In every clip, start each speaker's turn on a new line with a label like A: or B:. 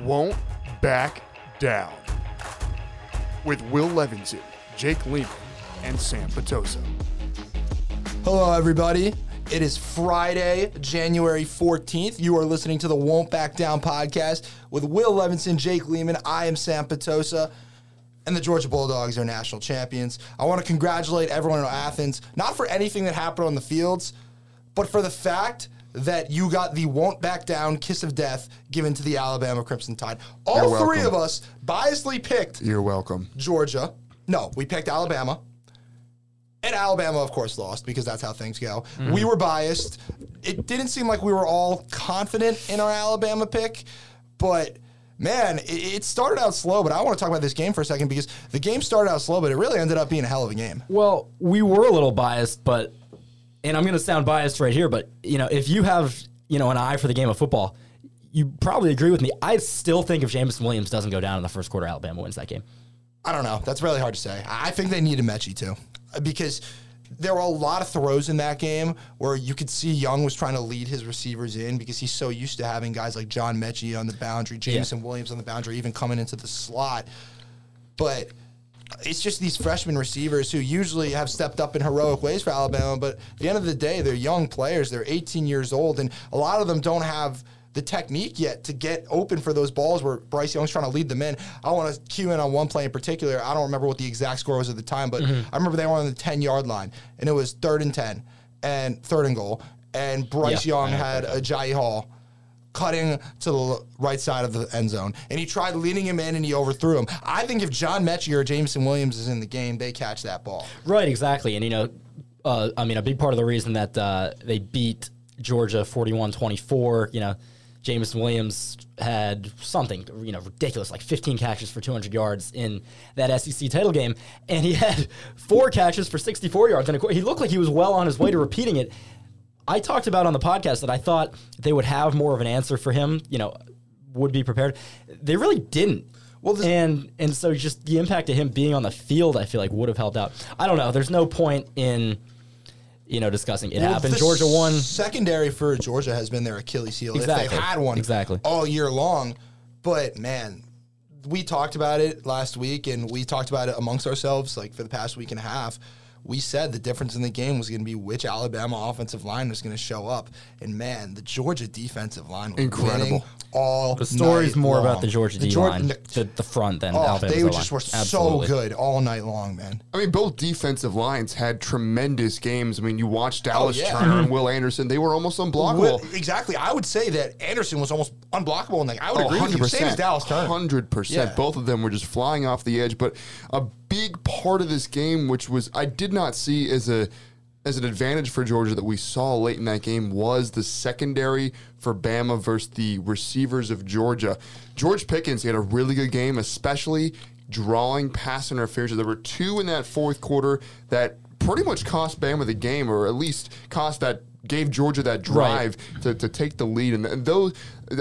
A: won't back down with Will Levinson, Jake Lehman, and Sam Potoso.
B: Hello, everybody. It is Friday, January 14th. You are listening to the Won't Back Down podcast with Will Levinson, Jake Lehman. I am Sam Potosa, and the Georgia Bulldogs are national champions. I want to congratulate everyone in Athens, not for anything that happened on the fields, but for the fact that you got the won't back down kiss of death given to the Alabama Crimson Tide. All
A: You're
B: three of
A: welcome.
B: us biasly picked
A: You're welcome.
B: Georgia. No, we picked Alabama. And Alabama, of course, lost because that's how things go. We were biased. It didn't seem like we were all confident in our Alabama pick, but man, it, it started out slow. But I want to talk about this game for a second because the game started out slow, but it really ended up being a hell of a game.
C: Well, we were a little biased, but and I'm going to sound biased right here, but you know, if you have you know an eye for the game of football, you probably agree with me. I still think if Jameson Williams doesn't go down in the first quarter, Alabama wins that game.
B: I don't know. That's really hard to say. I I think they needed Mechie too, Uh, because there were a lot of throws in that game where you could see Young was trying to lead his receivers in because he's so used to having guys like John Mechie on the boundary, Jameson Williams on the boundary, even coming into the slot. But it's just these freshman receivers who usually have stepped up in heroic ways for Alabama. But at the end of the day, they're young players. They're 18 years old, and a lot of them don't have the technique yet to get open for those balls where Bryce Young's trying to lead them in. I want to cue in on one play in particular. I don't remember what the exact score was at the time, but I remember they were on the 10 yard line, and it was third and 10, and third and goal. And Bryce
C: Yeah,
B: Young
C: I
B: had a Jai Hall cutting to the l- right side of the end zone. And he tried leading him in and he overthrew him. I think if John Mechie or Jameson Williams is in the game, they catch that ball.
C: Right, exactly. And, you know, uh, I mean, a big part of the reason that uh, they beat Georgia 41 24, you know, Jameson Williams had something, you know, ridiculous, like 15 catches for 200 yards in that SEC title game. And he had four catches for 64 yards. And of course, he looked like he was well on his way to repeating it. I talked about on the podcast that I thought they would have more of an answer for him, you know, would be prepared. They really didn't. Well, and and so just the impact of him being on the field, I feel like would have helped out. I don't know. There's no point in you know discussing it happened.
B: The
C: Georgia won.
B: Secondary for Georgia has been their Achilles heel. If
C: Exactly.
B: they've had one
C: Exactly.
B: all year long. But man, we talked about it last week and we talked about it amongst ourselves like for the past week and a half. We said the difference in the game was going to be which Alabama offensive line was going to show up. And man, the Georgia defensive line was
A: Incredible.
B: winning all
C: The story's
B: night
C: more
B: long.
C: about the Georgia D line,
B: Geor-
C: the, the front than
B: Oh,
C: Alabama's
B: they
C: O-line.
B: just were
C: Absolutely.
B: so good all night long, man.
A: I mean, both defensive lines had tremendous games. I mean, you watched Dallas
B: yeah.
A: Turner and Will Anderson; they were almost unblockable.
B: Well, exactly. I would say that Anderson was almost unblockable in that. I would
A: Oh,
B: agree with you. Same as Dallas Turner.
A: 100%.
B: Yeah.
A: Both of them were just flying off the edge. But a big part of this game, which was I did not see as a as an advantage for Georgia that we saw late in that game, was the secondary for Bama versus the receivers of Georgia. George Pickens he had a really good game, especially drawing pass interference. There were two in that fourth quarter that pretty much cost Bama the game, or at least cost that gave Georgia that drive
C: Right.
A: to, to take the lead. And, and those,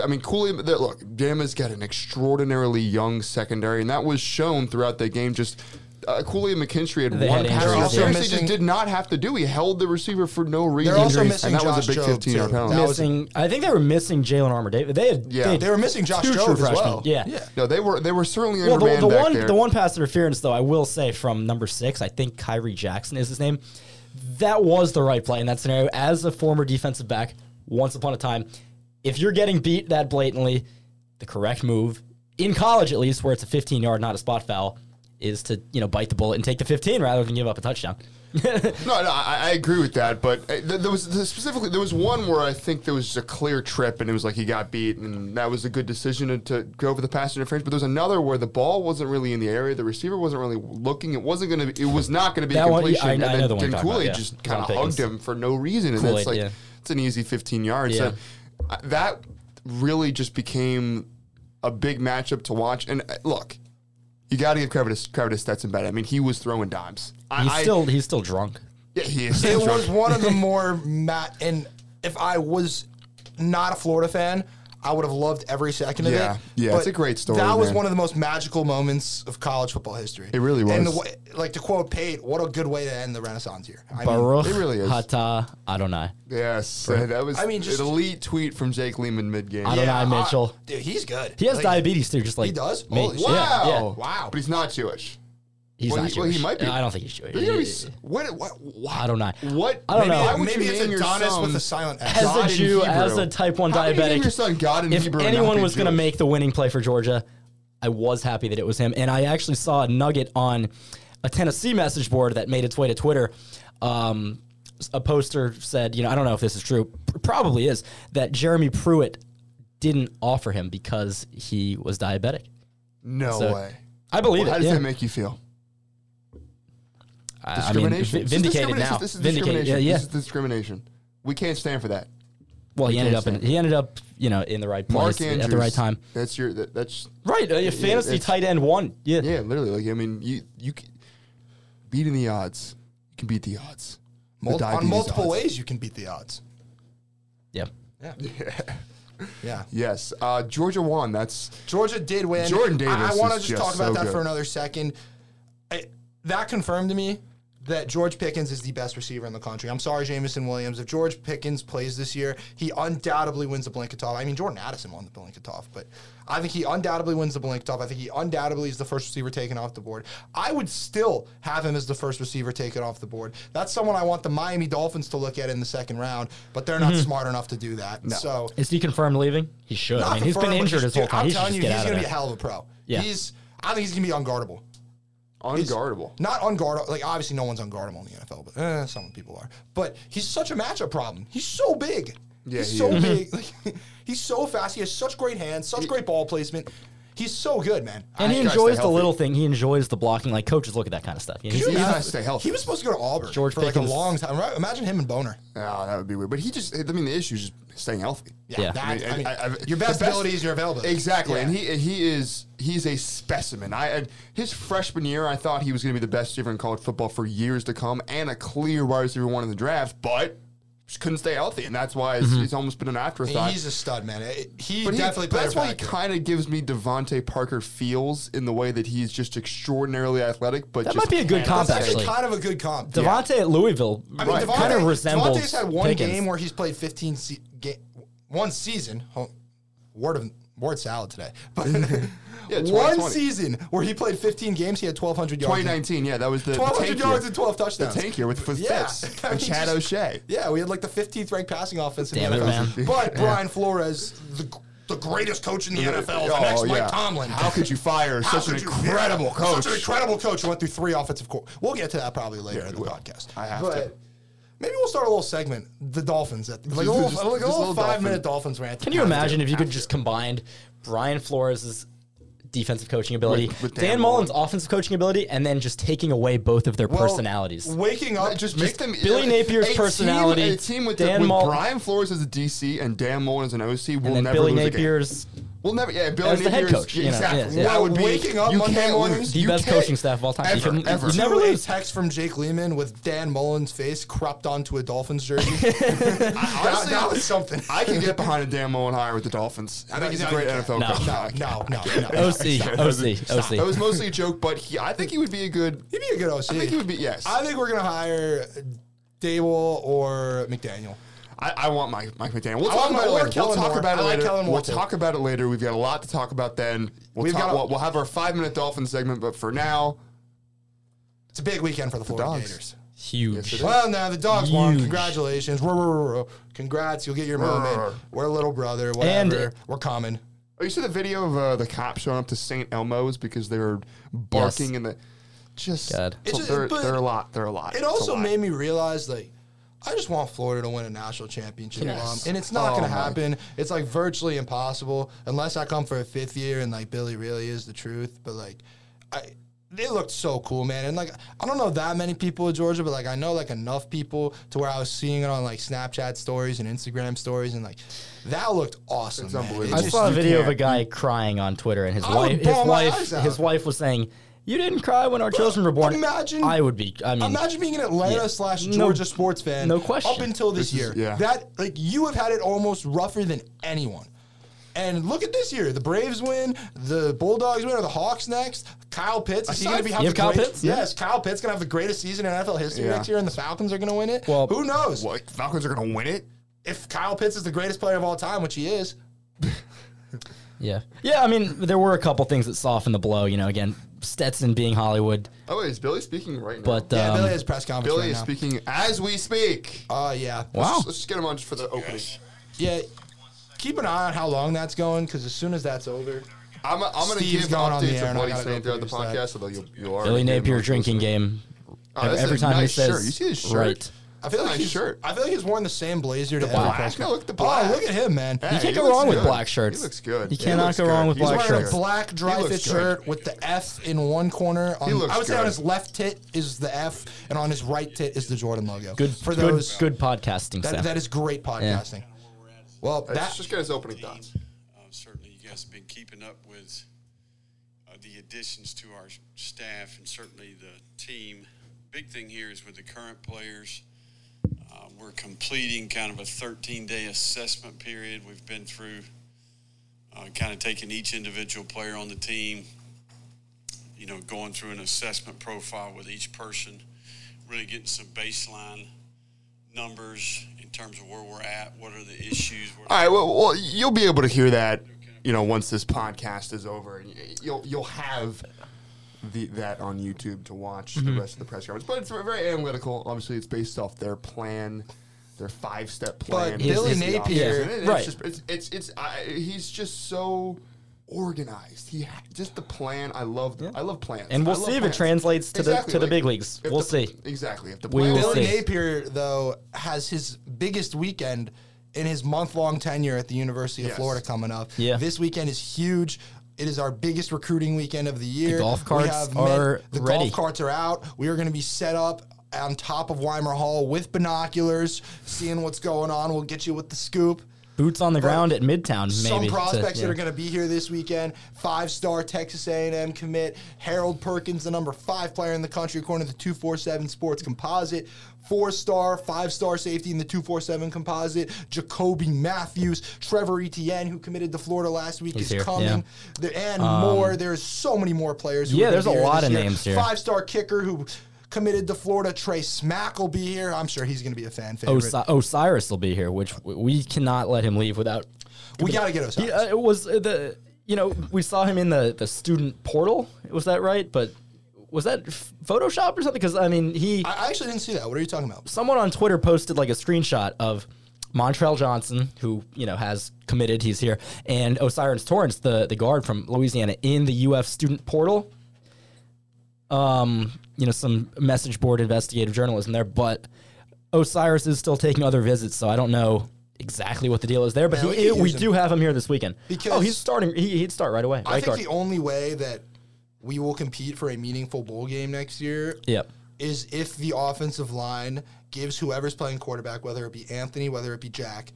A: I mean, Cooley, that- look, Bama's got an extraordinarily young secondary, and that was shown throughout the game. Just uh, Cooley McKinstry had
C: They
A: one
C: had
A: pass
C: injuries,
A: interference
B: yeah.
A: he just did not have to do. He held the receiver for no reason.
B: They're also missing
A: and that was a
B: Josh
A: big
B: Job,
A: 15 yard
B: too.
A: penalty.
B: That was-
C: Missing, I think they were missing Jalen Armour. David, they had,
A: Yeah.
C: they had
B: They were missing Josh
C: two true
B: Job as
C: freshmen.
B: well.
C: Yeah,
B: Yeah.
A: no, they were they were certainly under
C: Well, the,
A: man
C: the
A: back
C: one
A: there.
C: the one pass interference though, I will say from number six, I think Kyrie Jackson is his name. That was the right play in that scenario. As a former defensive back, once upon a time. If you're getting beat that blatantly, the correct move in college, at least, where it's a 15 yard, not a spot foul, is to you know bite the bullet and take the 15 rather than give up a touchdown.
A: No, no, I, I agree with that. But uh, th- there was there specifically there was one where I think there was just a clear trip, and it was like he got beat, and that was a good decision to, to go over the pass interference. But there was another where the ball wasn't really in the area, the receiver wasn't really looking. It wasn't gonna. Be, it was not gonna be
C: That
A: a
C: one,
A: completion.
C: I- I
A: and
C: know the one
A: then
C: you're
A: Ken
C: talking about,
A: Cooley
C: yeah. John
A: just kind of hugged
C: Pickens.
A: him for no reason, and
C: Kool-Aid,
A: it's like
C: yeah.
A: it's an easy 15 yards.
C: Yeah.
A: So uh, that really just became a big matchup to watch. And uh, look. You got to give credit to, credit to Stetson Bennett. I mean, he was throwing dimes. I,
C: He's
A: I-
C: still he's still drunk.
A: yeah, he is.
B: it
A: He's
B: was
A: drunk.
B: one of the more Matt. And if I was not a Florida fan, I would have loved every second of
A: Yeah.
B: it.
A: Yeah,
B: But
A: it's a great story,
B: That was
A: man.
B: one of the most magical moments of college football history.
A: It really
B: And the,
A: was.
B: way- like to quote Pate, what a good way to end the Renaissance year. I mean,
C: Baruch
A: it really is.
C: Hata Adonai.
A: Yes, uh, that was.
B: I mean, just-
A: an elite tweet from Jake Lehman mid game.
C: I don't know. Adonai Mitchell.
B: dude, he's good.
C: He has
B: Like,
C: diabetes too, just like
B: He does?
C: me.
B: Holy shit.
C: Yeah,
A: Wow,
C: yeah.
B: Wow.
A: But he's not Jewish.
C: He's
A: Well,
C: not
A: he- well, he
C: Jewish.
A: might be.
C: I don't think he's Jewish.
A: There's gotta be s- What? What? Why?
C: I don't know.
A: What?
C: I don't know.
A: Why would
B: Maybe
A: you
B: it's
A: name your
B: Adonis
A: son
B: with a silent S.
C: As
A: God
C: a
A: in
C: Jew,
A: Hebrew?
C: as a type one
A: How do you name
C: diabetic,
A: your son God in
C: if
A: Hebrew and not
C: anyone
A: be
C: was going to
A: Jewish?
C: make the winning play for Georgia, I was happy that it was him. And I actually saw a nugget on a Tennessee message board that made its way to Twitter. Um, a poster said, you know, I don't know if this is true, p- probably is, that Jeremy Pruitt didn't offer him because he was diabetic.
A: No
C: So-
A: way.
C: I believe
A: How
C: it.
A: does
C: yeah.
A: that make you feel?
C: I- I mean,
A: Discrimination.
C: vi-
A: This is
C: vindicated
A: discrimination.
C: now.
A: This is
C: Vindicated. Yeah,
A: discrimination.
C: yeah.
A: This is discrimination. We can't stand for that.
C: Well, he ended
A: can't
C: up in,
A: stand
C: he ended up, you know, in the right
A: Mark
C: place
A: Andrews
C: at the right time.
A: That's your. That, that's
C: Right,
B: uh,
C: a fantasy
A: it's-
C: tight end one. Yeah.
A: yeah. Literally, like I mean, you you can, beating the odds. You can beat the odds. The
B: Mul- on
A: diabetes
B: multiple
A: odds.
B: ways you can beat the odds.
C: Yeah.
B: Yeah.
A: Yes, uh, Georgia won. That's
B: Georgia did win.
A: Jordan Davis
B: I, I want to
A: is
B: just,
A: just
B: talk about
A: so
B: that
A: good.
B: for another second. I, that confirmed to me that George Pickens is the best receiver in the country. I'm sorry, Jamison Williams. If George Pickens plays this year, he undoubtedly wins the Blanketov. I mean, Jordan Addison won the Blanketov, but I think he undoubtedly wins the Blanketov. I think he undoubtedly is the first receiver taken off the board. I would still have him as the first receiver taken off the board. That's someone I want the Miami Dolphins to look at in the second round, but they're
A: Mm-hmm.
B: not smart enough to do that. So
C: Is he confirmed leaving? He should. I
B: not
C: mean, he's been
B: confirmed, but
C: injured
B: he's-
C: his whole
B: dude,
C: time.
B: I'm
C: He should
B: telling
C: just
B: you,
C: get
B: he's
C: out
B: gonna
C: of
B: be a
C: there.
B: hell of a pro.
C: Yeah.
B: He's I think he's gonna be unguardable.
A: unguardable.
B: Not unguardable. Like obviously no one's unguardable in the NFL, but eh, some people are. But he's such a matchup problem. He's so big.
A: Yeah,
B: he's
A: he
B: so
A: is.
B: big. Like, he's so fast. He has such great hands, such great ball placement. He's so good, man.
C: And
B: I-
C: he
A: gotta stay
C: enjoys the
A: healthy.
C: little thing. He enjoys the blocking. Like coaches look at that kind of stuff. You know,
A: He's
C: he's-
A: gotta stay healthy.
B: He was supposed to go to Auburn
C: George
B: for like
C: Pickens.
B: a long time. Right? Imagine him and Boner.
A: Oh, that would be weird. But he just, I mean, the issue is just staying healthy.
C: Yeah.
B: that-
A: I mean,
B: I mean,
A: I- I've-
B: your
A: the
B: best,
A: best-
B: ability is your availability.
A: Exactly,
B: Yeah.
A: and he he is he's a specimen. I and his freshman year, I thought he was going to be the best receiver in college football for years to come, and a clear wide receiver one in the draft, but just couldn't stay healthy, and that's why it's,
C: Mm-hmm.
A: it's almost been an afterthought.
B: he's a stud, man. It- He
A: but he-
B: definitely.
A: but
B: played
A: that's
B: a
A: why he
B: factor.
A: kind of gives me Devonte Parker feels in the way that he's just extraordinarily athletic, but
C: That
A: just
C: might be a good
A: cannot
C: comp,
A: stay-
B: That's actually
C: actually.
B: kind of a good comp.
C: Devontae at Louisville
B: I mean, Devontae,
C: kind of resembles
B: Devontae's had one
C: Pickens.
B: game where he's played 15 se- ga- one season. Oh, word of word salad today, but one
A: 2020.
B: season where he played 15 games, he had 1,200 yards.
A: 2019, yeah, that was the the
B: 1,200
A: tank
B: yards
A: year.
B: and 12 touchdowns.
A: The tank year with, with
B: Yeah.
A: Phipps
B: I
A: and
B: mean,
A: Chad
B: just-
A: O'Shea.
B: Yeah, we had like the 15th ranked passing offense. in
C: Damn
B: the
C: it,
B: NFL.
C: man.
B: But Brian Flores, the, the greatest coach in the NFL, the next Mike Tomlin.
A: oh, How could you fire
B: How
A: such an
B: could you-
A: incredible
B: yeah,
A: coach?
B: Such an incredible coach who went through three offensive core. We'll get to that probably later
A: Yeah,
B: in the
A: we will.
B: podcast.
A: I have
B: but
A: to.
B: Maybe we'll start a little segment, the Dolphins, at, like a
A: Just-
B: little,
A: just-
B: like a
A: just
B: little,
A: little
B: five
A: Dolphin.
B: minute Dolphins rant.
C: Can you imagine if you could just combine Brian Flores' defensive coaching ability,
A: With- with
C: Dan,
A: Dan
C: Mullen's offensive coaching ability, and then just taking away both of their
B: Well,
C: personalities?
B: Waking up,
A: just
B: just
A: make them
C: Billy Napier's
A: a team-
C: personality,
A: a team with,
C: Dan
A: the, with
C: Mullen-
A: Brian Flores as a DC and Dan Mullen as an OC will
C: and then
A: never
C: Billy
A: lose a game.
C: Napier's
A: We'll never. Yeah, Billy
C: As the
A: Napier's
C: head coach, you know,
A: exactly.
C: yeah, yeah.
A: That would be
B: Waking up
A: you
B: Monday
A: can't
B: mornings,
A: lose.
C: the
A: You
C: best
A: can't-
C: coaching staff of all time. You
A: Ever,
C: couldn't-
A: ever.
C: you never
B: a
C: lose.
B: text from Jake Lehman with Dan Mullen's face cropped onto a Dolphins jersey.
A: I- honestly,
B: that was something.
A: I can get behind a Dan Mullen hire with the Dolphins. I think he's a
B: No,
A: great
B: you can't.
A: NFL
C: No.
A: coach. I
B: no,
A: can't.
B: no, no, no.
C: OC, OC, OC.
A: That was mostly a joke, but he, I think he would be a good.
B: He'd be a good OC.
A: I think he would be yes.
B: I think we're gonna hire Dable or McDaniel.
A: I, I want Mike, Mike McDaniel. We'll
B: I
A: talk
B: want
A: about it
B: Moore,
A: later. We'll
B: Kellen
A: talk
B: Moore.
A: about it
B: I like
A: later.
B: Kellen Moore
A: we'll
B: too.
A: talk about it later. We've got a lot to talk about then. We'll,
B: We've
A: talk,
B: got a-
A: we'll, we'll have our five minute Dolphins segment, but for now,
B: It's a big weekend for the Florida
A: dogs.
B: Gators.
C: Huge.
B: Well, no, the dogs won.
C: Huge.
B: Congratulations. Roar, roar, roar, roar. Congrats. You'll get your
A: Roar.
B: moment. We're little brother. Whatever.
C: And-
B: We're common.
A: Oh, you see the video of uh, the cops showing up to St. Elmo's because they were barking
C: Yes.
A: in the. Just.
C: God.
A: So
B: It's just-
A: they're,
B: but-
A: they're a lot. They're a lot.
B: It
A: It's a
B: also
A: lot.
B: made me realize, like, I just want Florida to win a national championship,
C: Yes.
B: um, and it's not
A: Oh,
B: going to
A: my.
B: happen. It's like virtually impossible unless I come for a fifth year and like Billy really is the truth. But like, I they looked so cool, man, and like I don't know that many people in Georgia, but like I know like enough people to where I was seeing it on like Snapchat stories and Instagram stories, and like that looked awesome. man. It
C: I
A: unbelievable.
B: just-
C: saw a
B: you
C: video of
B: can't-
C: a guy crying on Twitter, and his
B: I would
C: wife, his
B: bawl my
C: wife,
B: eyes out.
C: his wife was saying, "You didn't cry when our children were born."
B: imagine-
C: I would be. I mean,
B: Imagine being an Atlanta
C: Yeah.
B: slash
C: No-
B: Georgia sports fan.
C: no question.
B: Up until this,
A: This
B: year,
A: is- yeah.
B: that like you have had it almost rougher than anyone. And look at this year: the Braves win, the Bulldogs win, or the Hawks next. Kyle Pitts is he going to be
C: You
B: having
C: have Kyle
B: great-
C: Pitts?
B: Yes, Kyle Pitts going to have the greatest season in NFL history
A: Yeah.
B: next year, and the Falcons are going to win it.
C: Well-
B: who knows
A: What? Falcons are going to win it?
B: if Kyle Pitts is the greatest player of all time, which he is.
C: yeah, yeah. I mean, there were a couple things that softened the blow. You know, again, Stetson being Hollywood,
A: Oh, is Billy speaking right now?
C: but
B: Yeah,
C: um,
B: Billy has press conference uh,
A: Billy
B: right
A: is
B: now.
A: speaking as we speak.
B: Oh yeah,
C: Wow.
A: Let's, let's just get him on just for the opening.
B: yeah. Keep an eye on how long that's going, because as soon as that's over,
A: I'm, I'm going to
B: Steve's
A: give
B: going on the
A: updates
B: air
A: of
B: and I
A: what he's
B: gotta
A: saying
B: go
A: throughout the
B: produce that.
A: podcast, although you, you are.
C: Billy
A: already getting
C: Napier
A: most
C: drinking
A: listeners.
C: game.
A: Oh, that's
C: Every
A: a
C: time he
A: nice
C: says,
A: shirt. You see his shirt?
C: right.
B: I feel like
A: Nice
B: he's,
A: shirt.
B: I feel like he's worn the same blazer to every
A: Black.
B: press
A: No,
B: con-
A: look at the black.
B: Oh, look at him, man.
A: Hey,
C: You can't
A: he
C: go
A: looks
C: wrong with
A: good.
C: black shirts.
A: He looks good.
C: You
A: He
C: cannot
A: looks
C: go wrong
A: good.
C: with
A: He's
C: black
B: He's wearing a
C: shirts.
B: black dry
A: He looks
B: fit
A: good.
B: shirt with the F in one corner. On,
A: He looks
B: I would say
A: good.
B: on his left tit is the F, and on his right tit is the Jordan logo.
C: Good
B: for
C: good,
B: those.
C: good podcasting
B: that,
C: stuff.
B: that is great podcasting. Well,
A: Let's
B: that
A: just get his opening thoughts.
D: Um, certainly, you guys have been keeping up with uh, the additions to our s- staff and certainly the team. Big thing here is with the current players. Uh, we're completing kind of a 13 day assessment period. We've been through uh, kind of taking each individual player on the team, you know, going through an assessment profile with each person, really getting some baseline numbers in terms of where we're at, what are the issues. what are
A: All right. Well, well, you'll be able to hear that, you know, once this podcast is over, and y- you'll you'll have the that on YouTube to watch the rest of the press conference. But it's very analytical. Obviously, it's based off their plan, their five step plan.
B: But Billy
A: It's the
B: Napier-
A: offseason. It- it's
C: Right.
A: Just, it's it's, it's I, he's just so organized. He ha- just the plan. I love the, I love plans.
C: And we'll
A: I love
C: see if it
A: plans.
C: translates to the- to the big leagues.
A: if
C: We'll
A: the-
C: see.
A: Exactly. If the
C: We
A: plan,
C: will
B: Billy
C: see.
B: Napier though has his biggest weekend in his month-long tenure at the University of
A: Yes.
B: Florida coming up.
C: Yeah.
B: this weekend is huge. It is our biggest recruiting weekend of the year.
C: golf
B: We
C: carts
B: have
C: are
B: the
C: ready.
B: golf carts are out. We are going to be set up on top of Weimer Hall with binoculars, seeing what's going on. We'll get you with the scoop.
C: Boots on the ground at Midtown,
B: Some
C: maybe. to-
B: prospects
C: yeah.
B: that are going to be here this weekend. Five-star Texas A&M commit Harold Perkins, the number five player in the country, according to the 247 Sports Composite. Four-star, five-star safety in the 247 Composite. Jacoby Matthews, Trevor Etienne, who committed to Florida last week,
C: He's
B: is
C: here,
B: coming.
C: yeah. Um,
B: There- and more. There's so many more players. Who
C: Yeah,
B: are gonna
C: there's
B: be
C: a
B: here
C: lot
B: this
C: of
B: year.
C: names here.
B: Five-star kicker who committed to Florida, Trey Smack will be here. I'm sure he's going to be a fan favorite.
C: Osi- Osiris will be here, which w- we cannot let him leave without.
B: We gotta get Osiris.
C: He, uh, it was uh, the you know we saw him in the the student portal. Was that right? But was that f- Photoshop or something? Because I mean, he
B: I I actually didn't see that. What are you talking about?
C: someone on Twitter posted like a screenshot of Montrell Johnson, who you know has committed, he's here, and Osiris Torrance, the the guard from Louisiana, in the UF student portal. Um, you know, some message board investigative journalism there, but Osiris is still taking other visits, so I don't know exactly what the deal is there. But
B: Man, we
C: he,
B: could
C: we
B: use him.
C: do have him here this weekend. oh,
B: Because-
C: he's starting. He, he'd start right away.
B: I
C: right
B: think
C: guard.
B: the only way that we will compete for a meaningful bowl game next year
C: Yep.
B: is if the offensive line gives whoever's playing quarterback, whether it be Anthony, whether it be Jack,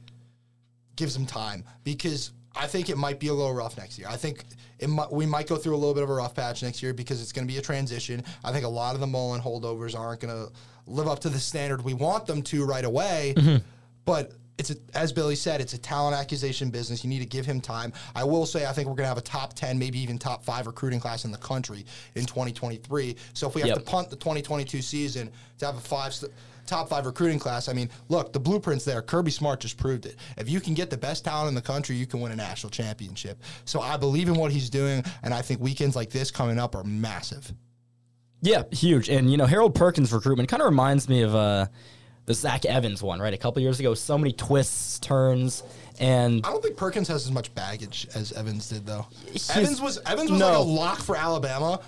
B: gives them time because I think it might be a little rough next year. I think it might, we might go through a little bit of a rough patch next year because it's going to be a transition. I think a lot of the Mullen holdovers aren't going to live up to the standard we want them to right away. But it's a, as Billy said, it's a talent accusation business. You need to give him time. I will say, I think we're going to have a top ten, maybe even top five recruiting class in the country in 2023. So if we have
C: Yep.
B: to punt the 2022 season to have a five. St- Top five recruiting class. I mean, look, the blueprint's there. Kirby Smart just proved it. If you can get the best talent in the country, you can win a national championship. So I believe in what he's doing, and I think weekends like this coming up are massive.
C: Yeah, huge. And you know, Harold Perkins' recruitment kind of reminds me of uh, the Zach Evans one, right? A couple years ago, so many twists, turns, and
B: I don't think Perkins has as much baggage as Evans did, though. Evans was Evans was like a
C: No.
B: lock for Alabama.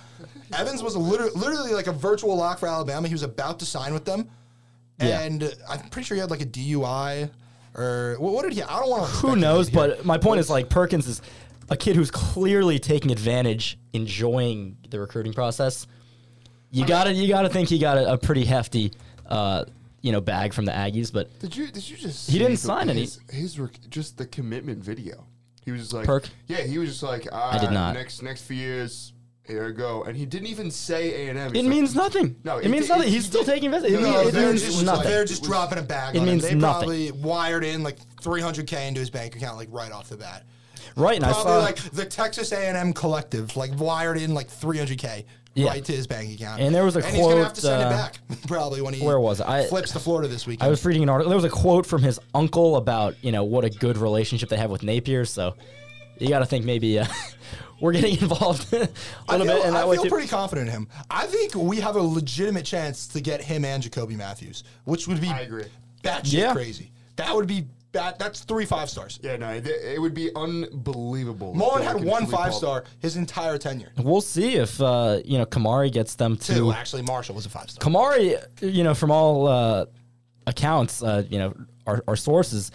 B: Evans was a liter- literally like a virtual lock for Alabama. He was about to sign with them,
C: Yeah.
B: and I'm pretty sure he had like a DUI or what, what did he? I don't want to.
C: who knows? But my point is, like, Perkins is a kid who's clearly taking advantage, enjoying the recruiting process. You gotta, you gotta think he got a, a pretty hefty, uh, you know, bag from the Aggies. But
A: Did you did you just
C: He
A: see
C: didn't
A: the-
C: sign any.
A: his, his rec- just the commitment video. He was just like
C: Perk?
A: Yeah, he was just like ah,
C: did not.
A: next next few years here I go and he didn't even say A and M.
C: it means nothing.
A: No,
C: it,
A: it-
C: means
A: it-
C: nothing.
A: it-
C: He's
A: he
C: still
A: did-
C: taking advantage. It,
A: No,
C: mean- it
B: they're
C: means
B: just,
C: nothing.
B: they're just dropping a bag.
C: It
B: on
C: means
B: him. They
C: nothing.
B: probably wired in like 300k into his bank account like right off the bat.
C: right, and I
B: Probably
C: saw
B: like the Texas A&M collective, like wired in like 300k
C: Yeah.
B: right to his bank account.
C: And there was a
B: he's gonna have
C: quote,
B: to send it
C: uh,
B: back probably when he
C: where was it? I-
B: flips to Florida this
C: I
B: weekend.
C: was reading an article. There was a quote from his uncle about you know what a good relationship they have with Napier. So you got to think maybe uh, we're getting involved a little
B: I feel,
C: bit in that
B: I
C: way
B: feel
C: too.
B: pretty confident in him. I think we have a legitimate chance to get him and Jacoby Matthews, which would be
A: I agree.
B: batshit
C: Yeah.
B: crazy. That would be bat, that's three five stars.
A: Yeah, no, it, it would be unbelievable. if
B: Mullen
A: they
B: had
A: could
B: one
A: sweep all-
B: five star his entire tenure.
C: We'll see if uh, you know Kamari gets them to
B: Two, actually, Marshall was a five star.
C: Kamari. You know, from all uh, accounts, uh, you know our, our sources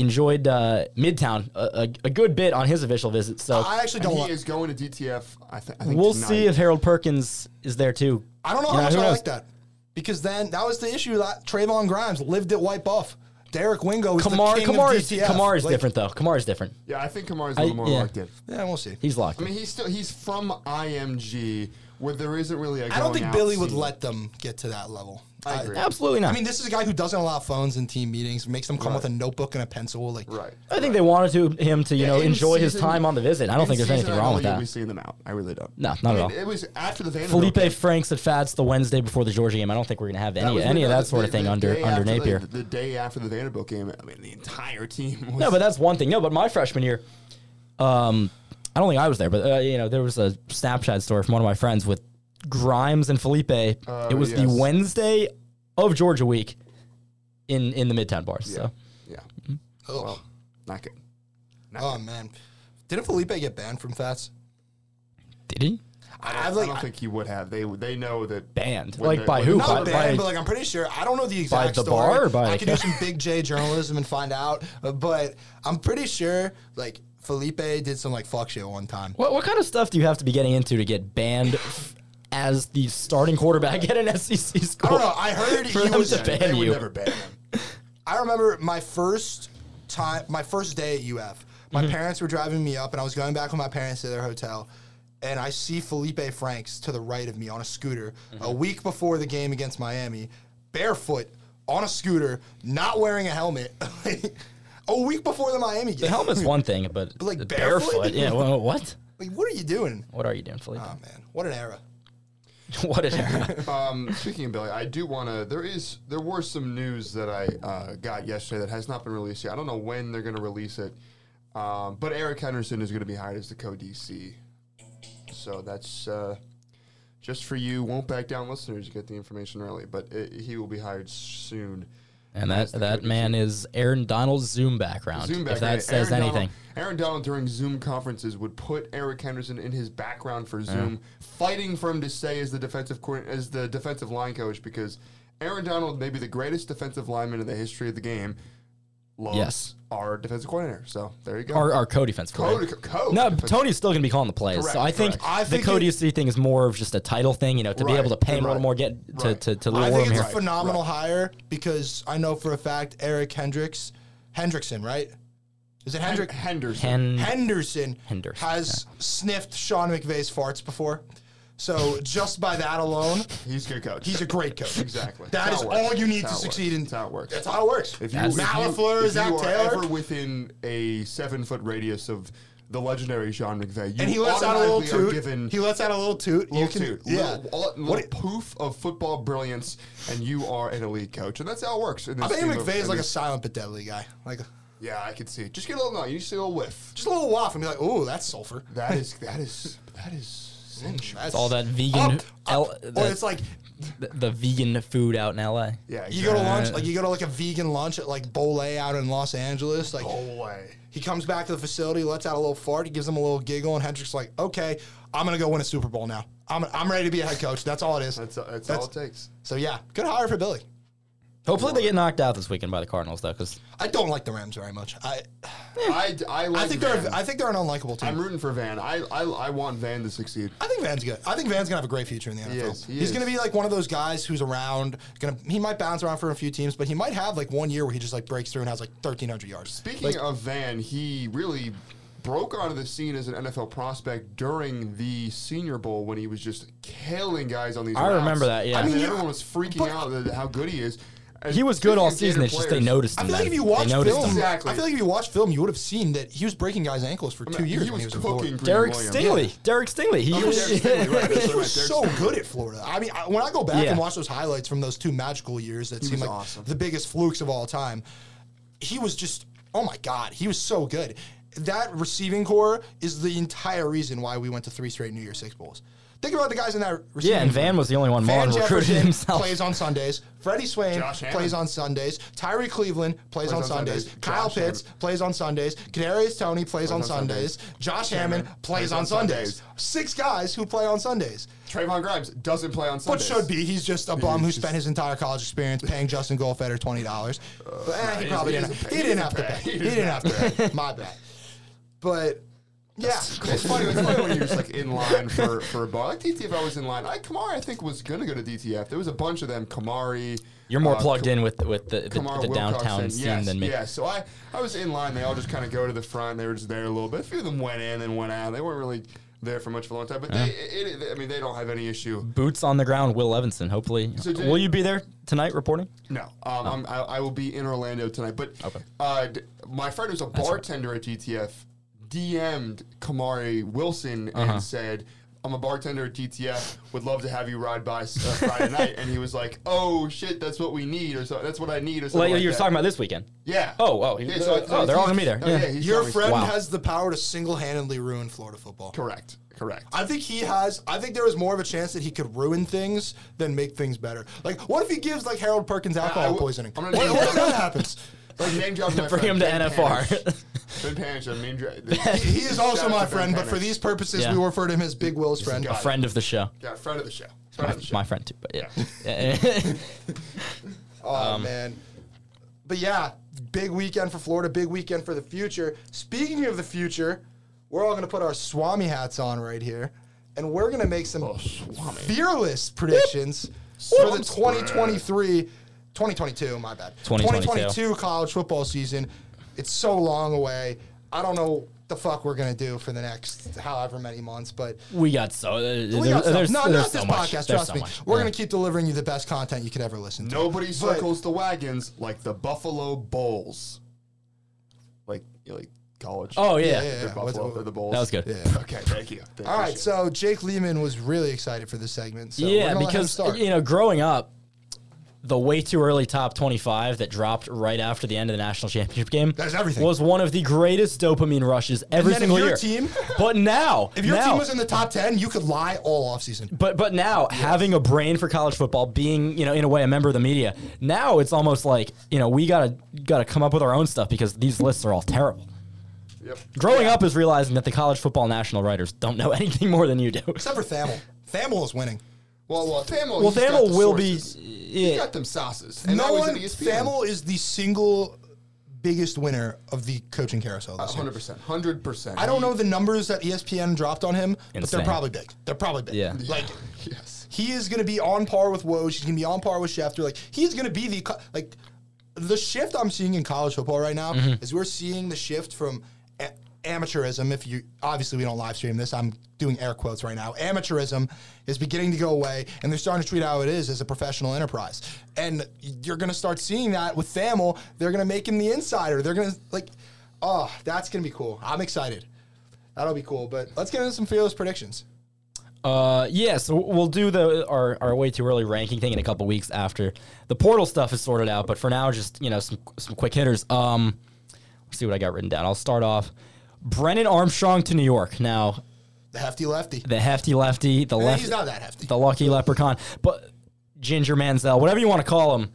C: enjoyed uh, Midtown a, a, a good bit on his official visit. So
B: I actually
A: And
B: don't.
A: he
B: Like,
A: is going to DTF. I, th- I think
C: we'll
A: tonight.
C: see if Harold Perkins is there too.
B: I don't know
C: You
B: how much
C: who
B: I
C: knows?
B: like that because then that was the issue that Trayvon Grimes lived at White Buff. Derek Wingo was
C: Kamari,
B: the king
C: Kamari,
B: of DTF.
C: Kamari's
B: Like,
C: different though. Kamari's different.
A: Yeah, I think Kamara's a little
C: I-
A: more
C: yeah.
A: locked in.
B: Yeah, we'll see.
C: He's locked.
A: I mean, he's still he's from IMG, where there isn't really a.
B: I don't
A: going
B: think
A: out
B: Billy would
A: scene.
B: let them get to that level.
A: I agree.
C: Absolutely not.
B: I mean, this is a guy who doesn't allow phones in team meetings. Makes them come with a notebook and a pencil. Like,
A: Right.
C: I think they wanted to him to you
A: Yeah,
C: know
A: in
C: enjoy his
A: season-
C: time on the visit. I don't
A: in
C: think there's
A: season,
C: anything
A: I
C: wrong
A: don't
C: with
A: think
C: that.
A: We've seen them out. I really don't.
C: No, not at all.
A: It was after the Vanderbilt.
C: Felipe
A: game.
C: Franks at Fats the Wednesday before the Georgia game. I don't think we're gonna have
A: That
C: any
A: was
C: any of
A: the-
C: that sort of
A: the-
C: thing
A: the
C: under
A: day
C: under
A: after the-
C: Napier.
A: The, day after the Vanderbilt game, I mean, the entire team. Was,
C: no, but that's one thing. No, but my freshman year, um, I don't think I was there, but uh, you know there was a Snapchat story from one of my friends with Grimes and Felipe. it was the
A: Oh, yes.
C: Wednesday of Georgia week in in the Midtown bars. So
A: yeah,
B: oh,
A: not good.
B: oh man, didn't Felipe get banned from Fats?
C: did he
B: I, have
A: I don't think he would have. They they know that
C: banned
A: When
C: like
A: they-
C: by
A: when
C: who?
A: they-
B: not
C: By,
B: banned,
C: by-
B: but like I'm pretty sure. I don't know the exact
C: the
B: story.
C: bar or by-
B: I could do some big J journalism and find out, uh, but I'm pretty sure like Felipe did some like fuck shit one time.
C: What, what kind of stuff do you have to be getting into to get banned f- as the starting quarterback at an SEC
B: I
C: school?
B: don't know. I heard
C: For
B: he
C: them
B: was.
C: to ban
A: they
C: you.
A: would never ban him.
B: I remember my first time, my first day at UF. My
C: Mm-hmm.
B: parents were driving me up, and I was going back with my parents to their hotel. And I see Felipe Franks to the right of me on a scooter a
C: Mm-hmm.
B: week before the game against Miami, barefoot on a scooter, not wearing a helmet. a week before the Miami game.
C: The helmet's one thing, but,
B: But, like,
C: the
B: barefoot?
C: yeah. wha- What?
B: Like, what are you doing?
C: What are you doing, Felipe?
B: Oh man, what an era. Uh.
C: what is that?
A: Um, speaking of Billy, I do want to. There is there were some news that I uh, got yesterday that has not been released yet. I don't know when they're going to release it, um, but Eric Henderson is going to be hired as the co DC. So that's uh, just for you. Won't back down listeners. You get the information early, but it, he will be hired soon.
C: And that that man is Aaron Donald's Zoom background.
A: Zoom
C: if
A: background.
C: that says
A: Aaron
C: anything,
A: Donald, Aaron Donald during Zoom conferences would put Eric Henderson in his background for Zoom, fighting for him to stay as the defensive coor- as the defensive line coach because Aaron Donald may be the greatest defensive lineman in the history of the game. Loves
C: Yes.
A: our defensive coordinator. So there you go.
C: our our co-defense
A: Code-
C: coordinator.
A: code.
C: No, Tony's still going to be calling the plays.
A: Correct,
C: so I think
A: correct.
B: I
C: the
B: think
C: co
B: it-
C: DC thing is more of just a title thing, you know, to
A: Right,
C: be able to pay him a
A: right,
C: little more, get to
A: right.
C: to, to
B: I
C: lure
B: think
C: him
B: it's a
C: here.
B: phenomenal hire because I know for a fact Eric Hendricks, Hendrickson, right? Is it Hendrick?
A: Henderson.
C: And
B: Henderson,
C: Henderson,
B: has sniffed Sean McVay's farts before. So just by that alone,
A: He's a good coach.
B: he's a great coach.
A: Exactly.
B: That
A: That's
B: is
A: how it works.
B: all you need
A: That's
B: to
A: how it
B: succeed
A: works.
B: in.
A: That's how it works.
B: That's how it works.
A: If you,
B: That's
A: if you,
B: Malafleur,
A: if
B: Zach
A: you are
B: Taylor.
A: ever within a seven foot radius of the legendary Sean McVay, you
B: and he lets out a little
A: automatically are
B: toot.
A: Given
B: he lets out a little toot.
A: Little
B: you can,
A: toot,
B: yeah.
A: little, all- little poof of football brilliance, and you are an elite coach, and that's how it works. In
B: I
A: this
B: bet
A: game of-
B: McVay
A: in
B: is like a
A: this-
B: silent but deadly guy. Like
A: yeah, I could see. Just get a little, no, you just get a little whiff.
B: just a little waff and be like, "Ooh, that's sulfur."
A: That is, that is, that is
C: It's all that vegan.
B: Mm, Up,
C: L-
B: up.
C: that-
B: or it's like
C: the, the vegan food out in LA.
A: Yeah,
B: you go to lunch, like you go to like a vegan lunch at like Bole out in Los Angeles. Like
A: Bolet.
B: he comes back to the facility, lets out a little fart, he gives him a little giggle, and Hendrick's like, "Okay, I'm gonna go win a Super Bowl now. I'm, I'm ready to be a head coach. That's all it is.
A: That's, that's, all it takes.
B: So yeah, good hire for Billy.
C: Hopefully they get knocked out this weekend by the Cardinals though, because
B: I don't like the Rams very much. I
A: I, I, like
B: I think
A: Van.
B: they're I think they're an unlikable team.
A: I'm rooting for Van. I, I, I want Van to succeed.
B: I think Van's good. I think Van's gonna have a great future in the NFL.
A: is, he
B: He's
A: is.
B: gonna be like one of those guys who's around. Gonna he might bounce around for a few teams, but he might have like one year where he just like breaks through and has like 1,300 yards.
A: Speaking of Van, he really broke onto the scene as an NFL prospect during the Senior Bowl when he was just killing guys on these.
C: I
A: routes.
C: remember that, yeah.
A: I mean,
B: Yeah.
A: everyone was freaking out that how good he is. And
C: he was good all season.
A: speaking of Gator
C: It's just they
A: players,
C: noticed him.
B: I feel like
C: then.
B: if you watched
C: they noticed
B: film,
C: him.
A: Exactly.
B: I feel like if you watched film, you would have seen that he was breaking guys' ankles for two years.
A: He
B: when
A: was,
B: in
A: cooking.
B: Florida.
A: Green
C: Derek
A: Williams.
C: Stingley. Derek Stingley. He
A: Oh,
C: was.
A: Derek Stingley, right. That's
B: He
A: right,
B: was
A: Derek
B: so
A: Stingley.
B: good at Florida. I mean, I, when I go back
C: Yeah.
B: and watch those highlights from those two magical years that seem
A: was
B: like
A: awesome.
B: the biggest flukes of all time, he was just oh my god, he was so good. That receiving core is the entire reason why we went to three straight New Year's Six bowls. Think about the guys in that. Receiving
C: Yeah, and
B: core.
C: Van was the only one
B: Van
C: Marlon recruited
B: Jefferson
C: himself.
B: plays on Sundays. Freddie Swain
A: Josh Hammond.
B: plays on Sundays. Tyree Cleveland plays, on, Sundays. Kyle
A: Josh
B: Pitts
A: Hammond.
B: plays on Sundays. Kadarius Tony plays on
A: on Sundays.
B: Sundays. Josh Hammond plays on Sundays. Six guys who play on Sundays.
A: Trayvon Grimes doesn't play on
B: But
A: Sundays.
B: should be. He's just a bum
A: he's
B: who
A: just-
B: spent his entire college experience paying Justin Goldfeder $20. but, eh, he
A: he's-
B: probably
A: he
B: didn't. He
A: doesn't pay.
B: didn't
A: He
B: have to
A: doesn't
B: pay.
A: pay.
B: He
A: He
B: didn't have to pay. My bad. But, yeah.
A: It's funny, it's funny when you're just like in line for, for a bar. Like DTF, I was in line. I, Kamari, I think, was going to go to DTF. There was a bunch of them. Kamari.
C: You're more
A: uh,
C: plugged in with with the, the,
A: Kamara
C: the downtown
A: Wilcoxon.
C: scene
A: yes,
C: than me.
A: Yeah, so I, I was in line. They all just kind of go to the front. They were just there a little bit. A few of them went in and went out. They weren't really there for much of a long time. But
C: Uh-huh.
A: they, it, it, I mean, they don't have any issue.
C: Boots on the ground, Will Levinson. Hopefully,
A: So did-
C: will you be there tonight reporting?
A: No, um,
C: Oh.
A: I'm, I, I will be in Orlando tonight. But uh, d- my friend who's a bartender at DTF DM'd Kamari Wilson
C: Uh-huh.
A: and said, "I'm a bartender at DTF. Would love to have you ride by uh, Friday night." And he was like, "Oh shit, that's what we need, or so that's what I need, or something."
C: Like,
A: Like,
C: you were
A: that.
C: talking about this weekend.
A: Yeah.
C: Oh, oh,
A: Yeah,
C: you-
A: so-
C: oh,
A: so
C: they're all gonna be
A: he's-
C: there.
A: oh,
C: Yeah.
A: he's
B: Your
A: telling me-
B: friend
C: Wow.
B: has the power to single-handedly ruin Florida football.
A: Correct. Correct.
B: I think he has. I think there is more of a chance that he could ruin things than make things better. Like, what if he gives like Harold Perkins alcohol
A: will-
B: poisoning?
A: I'm
B: What,
A: gonna name
B: what if
A: drop-
B: that happens?
A: Like name drop
C: Bring
A: my friend,
C: him to
A: Ben
C: NFR.
A: Panish. Ben Panish, I mean,
B: He is also my friend, but for
A: these,
B: these purposes,
C: Yeah.
B: we refer to him as Big Will's friend.
A: god.
C: Friend of the show.
A: yeah, friend of the show. Friend
C: My,
A: of the show.
C: my friend too, but yeah.
B: Oh
C: Um,
B: man. But yeah, big weekend for Florida. Big weekend for the future. Speaking of the future, we're all gonna put our Swami hats on right here, and we're gonna make
C: Oh,
B: some fearless predictions for the 2023, 2022. My bad.
C: 2022.
B: 2022 college football season. It's so long away. I don't know the fuck we're gonna do for the next however many months, but
C: we got so. Uh,
B: we got some-
C: there- there's,
B: no,
C: there's
B: not
C: so
B: this
C: much.
B: podcast.
C: There's
B: Trust
C: so
B: me,
C: much.
B: we're
C: Yeah.
B: gonna keep delivering you the best content you could ever listen to.
A: Nobody
B: But-
A: circles the wagons like the Buffalo Bulls. Like you know, like college.
C: Oh yeah.
B: yeah,
A: They're
B: yeah.
A: Buffalo.
B: What's-
A: They're the Bulls.
C: that was good.
A: Okay, thank you. Thank
B: All
A: you.
B: right, so Jake Lehman was really excited for this segment. So
C: yeah,
B: we're gonna let him
C: because
B: start.
C: you know, growing up, the way too early top twenty-five that dropped right after the end of the national championship game
B: That's everything.
C: was one of the greatest dopamine rushes every
B: then if
C: single
B: your
C: year.
B: team-
C: but now,
B: if your
C: now,
B: team was in the top ten, you could lie all offseason.
C: But but now having a brain for college football, being you know in a way a member of the media, now it's almost like you know we gotta gotta come up with our own stuff because these lists are all terrible.
A: Yep.
C: Growing up is realizing that the college football national writers don't know anything more than you do.
B: except for Thamel. Thamel is winning.
A: Well, well, Thamel.
C: Well,
A: he's got
C: Thamel
A: the
C: will be-
A: sources.
C: yeah.
A: He's got them sauces. And
B: no
A: now he's
B: one.
A: at ESPN.
B: Thamel is the single biggest winner of the coaching carousel this year.
A: Hundred percent. Hundred percent.
B: I don't know the numbers that E ESPN dropped on him, but they're
C: Insane.
B: probably big. They're probably big.
C: Yeah.
B: Like
A: Yes.
B: he is going to be on par with Woj. He's going to be on par with Schefter. Like he's going to be the co- like the shift I'm seeing in college football right now is we're seeing the shift from a- amateurism. If you obviously we don't live stream this, I'm doing air quotes right now. Amateurism is beginning to go away, and they're starting to treat how it is as a professional enterprise. And you're going to start seeing that with Thamel. They're going to make him the insider. They're going to like, oh, that's going to be cool. I'm excited. That'll be cool. But let's get into some fearless predictions.
C: Uh, yeah, so we'll do the our, our way too early ranking thing in a couple weeks after the portal stuff is sorted out. But for now, just you know some some quick hitters. Um, let's see what I got written down. I'll start off. Brennan Armstrong to New York. Now,
B: The hefty lefty.
C: the hefty lefty, the left,
B: he's not that hefty.
C: the lucky leprechaun, but Ginger Manziel, whatever you want to call him.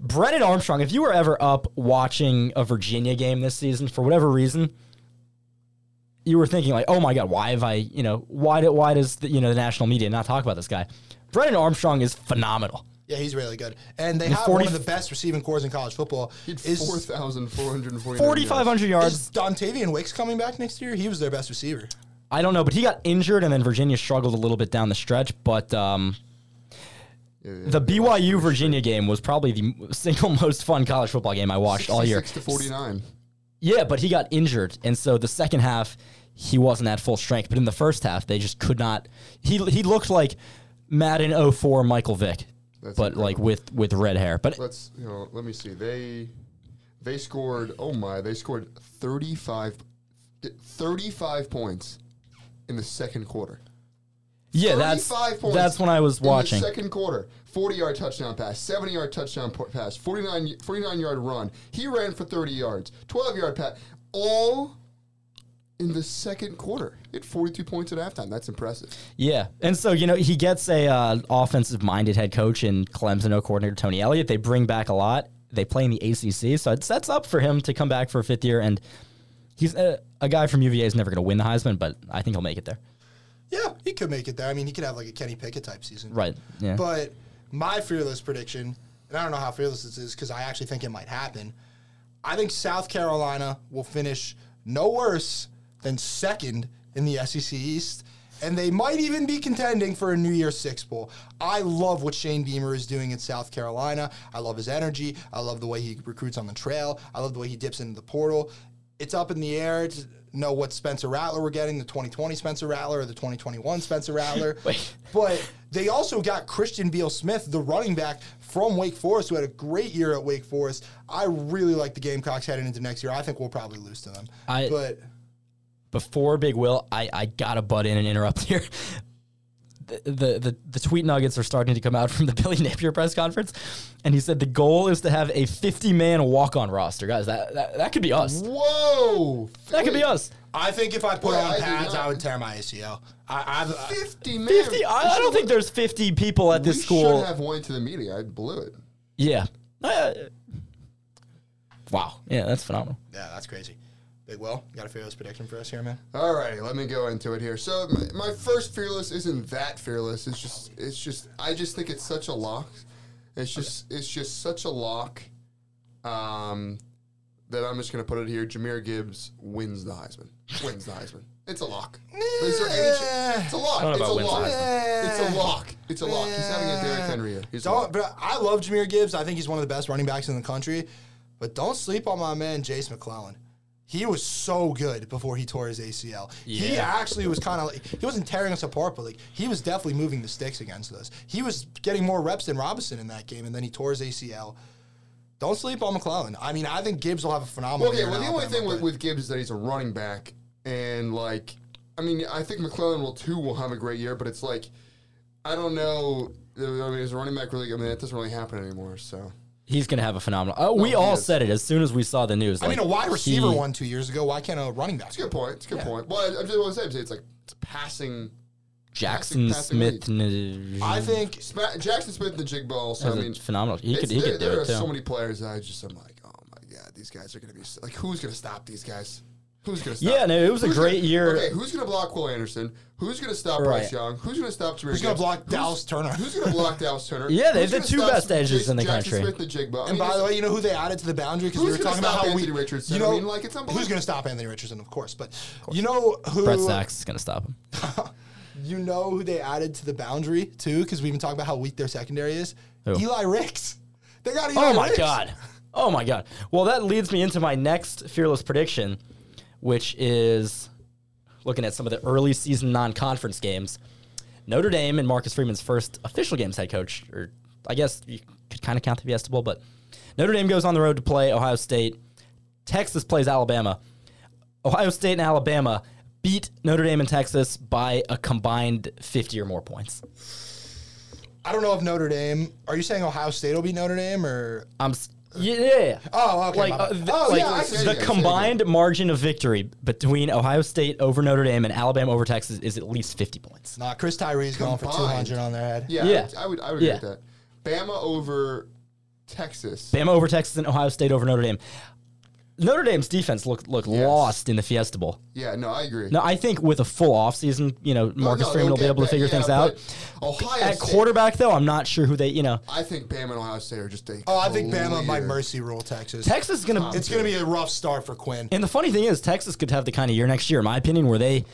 C: Brennan Armstrong, if you were ever up watching a Virginia game this season for whatever reason, you were thinking like, "Oh my God, why have I? You know, why do, why does the, you know the national media not talk about this guy?" Brennan Armstrong is phenomenal.
B: Yeah, he's really good. And they
C: The
B: have
C: 40
B: one of the best receiving cores in college football.
A: He had
B: Is-
A: 4,449
C: Forty
A: yards.
C: five hundred yards.
B: Is Dontavian Wicks coming back next year? He was their best receiver.
C: I don't know, but he got injured, and then Virginia struggled a little bit down the stretch. But um, the BYU Virginia game was probably the single most fun college football game I watched all year.
A: 66 to 49.
C: Yeah, but he got injured, and so the second half he wasn't at full strength. But in the first half, they just could not. He he looked like Madden 04 Michael Vick, but like with with red hair. But
A: Let's, you know, let me see. They they scored, oh my, they scored 35, 35 points in the second quarter.
C: yeah, that's
A: 35 points
C: that's when I was
A: in the
C: watching.
A: second quarter, 40 yard touchdown pass, 70 yard touchdown po- pass, 49, 49 yard run. He ran for 30 yards, 12 yard pass, all in the second quarter. He had 42 points at halftime. That's impressive.
C: Yeah, and so you know he gets a uh, offensive-minded head coach in Clemson O coordinator Tony Elliott. They bring back a lot. They play in the ACC, so it sets up for him to come back for a fifth year. And he's a, a guy from UVA is never going to win the Heisman, but I think he'll make it there.
B: Yeah, he could make it there. I mean, he could have like a Kenny Pickett type season.
C: Right, yeah.
B: But my fearless prediction, and I don't know how fearless this is because I actually think it might happen. I think South Carolina will finish no worse than second in the SEC East, and they might even be contending for a New Year's Six bowl. I love what Shane Beamer is doing in South Carolina. I love his energy. I love the way he recruits on the trail. I love the way he dips into the portal. It's up in the air to know what Spencer Rattler we're getting, the 2020 Spencer Rattler or the 2021 Spencer Rattler. But they also got Christian Beal Smith, the running back from Wake Forest, who had a great year at Wake Forest. I really like the Gamecocks heading into next year. I think we'll probably lose to them.
C: I-
B: but
C: before Big Will, I, I gotta butt in and interrupt here. The, the, the, the tweet nuggets are starting to come out from the Billy Napier press conference, and he said the goal is to have a 50 man walk on roster. Guys, that, that, that could be us.
A: Whoa!
C: That could be us.
B: I think if I put
A: Boy,
B: on
A: I do
B: pads,
A: not.
B: I would tear my ACL. I, I've, I,
A: 50 man.
C: 50. I, I don't think there's 50 people at
A: we
C: this
A: should
C: school.
A: have went to the media. I blew it.
C: yeah. Uh, wow. Yeah, that's phenomenal.
B: yeah, that's crazy. Big Will, you got a fearless prediction for us here, man?
A: All right, let me go into it here. So my, my first fearless isn't that fearless. It's just it's just I just think it's such a lock. It's just it's just such a lock. Um, that I'm just gonna put it here. Jameer Gibbs wins the Heisman. Wins the Heisman. It's a lock. Is there any ch- it's a lock. It's a
C: about wins the
A: lock.
B: Heisman.
A: It's a lock. It's a lock. He's having a Derrick Henry. year. He's a
B: Don't,
A: lock.
B: but I love Jameer Gibbs. I think he's one of the best running backs in the country. But don't sleep on my man, Jace McClellan. He was so good before he tore his ACL. He actually was kind of like, he wasn't tearing us apart, but like he was definitely moving the sticks against us. He was getting more reps than Robinson in that game, and then he tore his ACL. Don't sleep on McClellan. I mean, I think Gibbs will have a phenomenal.
A: Okay,
B: year
A: well,
B: in
A: the only
B: Alabama,
A: thing with,
B: but-
A: with Gibbs is that he's a running back, and like, I mean, I think McClellan will too will have a great year, but it's like, I don't know. I mean, is a running back really? I mean, that doesn't really happen anymore. So
C: He's going to have a phenomenal. Oh, we all
A: is.
C: said it as soon as we saw the news.
B: I mean, a wide receiver
C: one.
B: won two years ago. Why can't a running back?
A: it's a good point. It's a good point. Well, I, I'm just want to say it's like it's passing.
C: Jackson
A: Passing-
C: Smith.
A: passing
B: I think
A: Sma- Jackson Smith and Jigba also. I
C: That's
A: mean,
C: phenomenal. He
A: it's-
C: could- he
A: there,
C: could do
A: there
C: it,
A: are
C: too.
A: so many players. That I just am like, oh my god, these guys are gonna be s- like, who's gonna stop these guys? Who's gonna stop?
C: Yeah, no, it was a
A: Who's
C: great
A: gonna-
C: year.
A: Okay, who's gonna block Will Anderson? Who's gonna stop
C: Right.
A: Bryce Young? Who's gonna stop Jameer?
B: Who's gonna
A: Gibbs?
B: block
A: Who's-
B: Dallas Turner?
A: Who's gonna block Dallas Turner?
C: Yeah, they have
A: Who's
C: the
A: gonna
C: two
A: stop
C: best edges
A: Ja-
C: in the
A: Jackson
C: country.
A: Smith and Jigba. I mean,
B: And by
A: it's-
B: the way, you know who they added to the boundary because we
A: Who's
B: were
A: gonna
B: talking about
A: stop
B: how
A: Anthony
B: we,
A: Richardson?
B: you
A: I
B: know,
A: mean, like, it's
B: who's
A: unbelievable.
B: going to stop Anthony Richardson, of course. But you know who
C: Brett Sachs is going to stop him.
B: you know who they added to the boundary too because we've been talking about how weak their secondary is.
C: Who?
B: Eli Ricks. They got Eli
C: Oh my
B: Ricks.
C: god. Oh my god. Well, that leads me into my next fearless prediction, which is looking at some of the early season non-conference games. Notre Dame and Marcus Freeman's first official games head coach, or I guess you could kind of count the Fiesta Bowl, but Notre Dame goes on the road to play Ohio State. Texas plays Alabama. Ohio State and Alabama beat Notre Dame and Texas by a combined 50 or more points.
B: I don't know if Notre Dame. Are you saying Ohio State will be Notre Dame or
C: I'm s- Yeah.
B: Oh, okay,
C: Like,
B: my bad.
C: uh, th-
B: Oh,
C: like,
B: yeah, I see, I see,
C: the
A: I see.
C: combined margin of victory between Ohio State over Notre Dame and Alabama over Texas is at least 50 points.
B: Nah, Chris Tyree's going for two
A: Combined.
B: hundred on their head.
A: Yeah,
C: Yeah.
A: I would. I would agree
C: Yeah.
A: with that. Bama over Texas.
C: Bama over Texas and Ohio State over Notre Dame. Notre Dame's defense looked looked lost in the Fiesta Bowl.
A: yeah, no, I agree.
C: No, I think with a full offseason, you know,
A: Oh,
C: Marcus
A: no,
C: Freeman will be
A: okay,
C: able to
A: but-
C: figure
A: yeah,
C: things
A: but
C: out.
A: Ohio
C: At
A: State-
C: quarterback, though, I'm not sure who they, you know,
A: I think Bama and Ohio State are just a.
B: Oh, I think Bama might
A: clear-
B: mercy rule Texas.
C: Texas is going to
B: It's going to be a rough start for Quinn.
C: And the funny thing is, Texas could have the kind of year next year, in my opinion, where they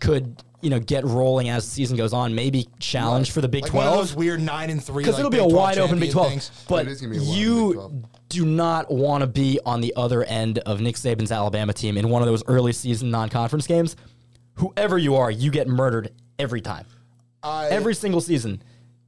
C: could, you know, get rolling as the season goes on, maybe challenge for the Big
B: Like one of those
C: 12.
B: weird nine and three.
C: Because
B: like,
C: it'll be
B: Big
C: a
B: 12
C: wide open
B: champion
C: Big 12.
B: things.
C: But
A: It is gonna be a wide open Big
C: you
A: 12.
C: do not want to be on the other end of Nick Saban's Alabama team in one of those early season non conference games. Whoever you are, you get murdered every time.
B: I-
C: every single season.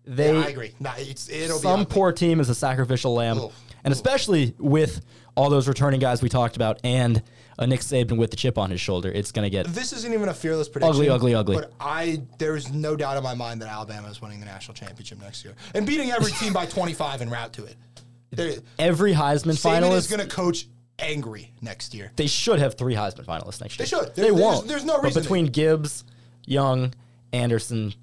C: They,
B: Yeah, I agree. Nah, it's, it'll be
C: some
B: ugly.
C: poor team is a sacrificial lamb,
B: Oof.
C: and especially with all those returning guys we talked about and a Nick Saban with the chip on his shoulder, it's going to get.
B: This isn't even a fearless prediction.
C: ugly, ugly.
B: But I, there's no doubt in my mind that Alabama is winning the national championship next year and beating every team by 25 en route to it. There,
C: Every Heisman
B: Saban
C: finalist,
B: is going to coach angry next year.
C: they should have three Heisman finalists next year.
B: should.
C: They
B: There- there's-
C: won't.
B: there's no reason
C: But between Gibbs, Young, Anderson,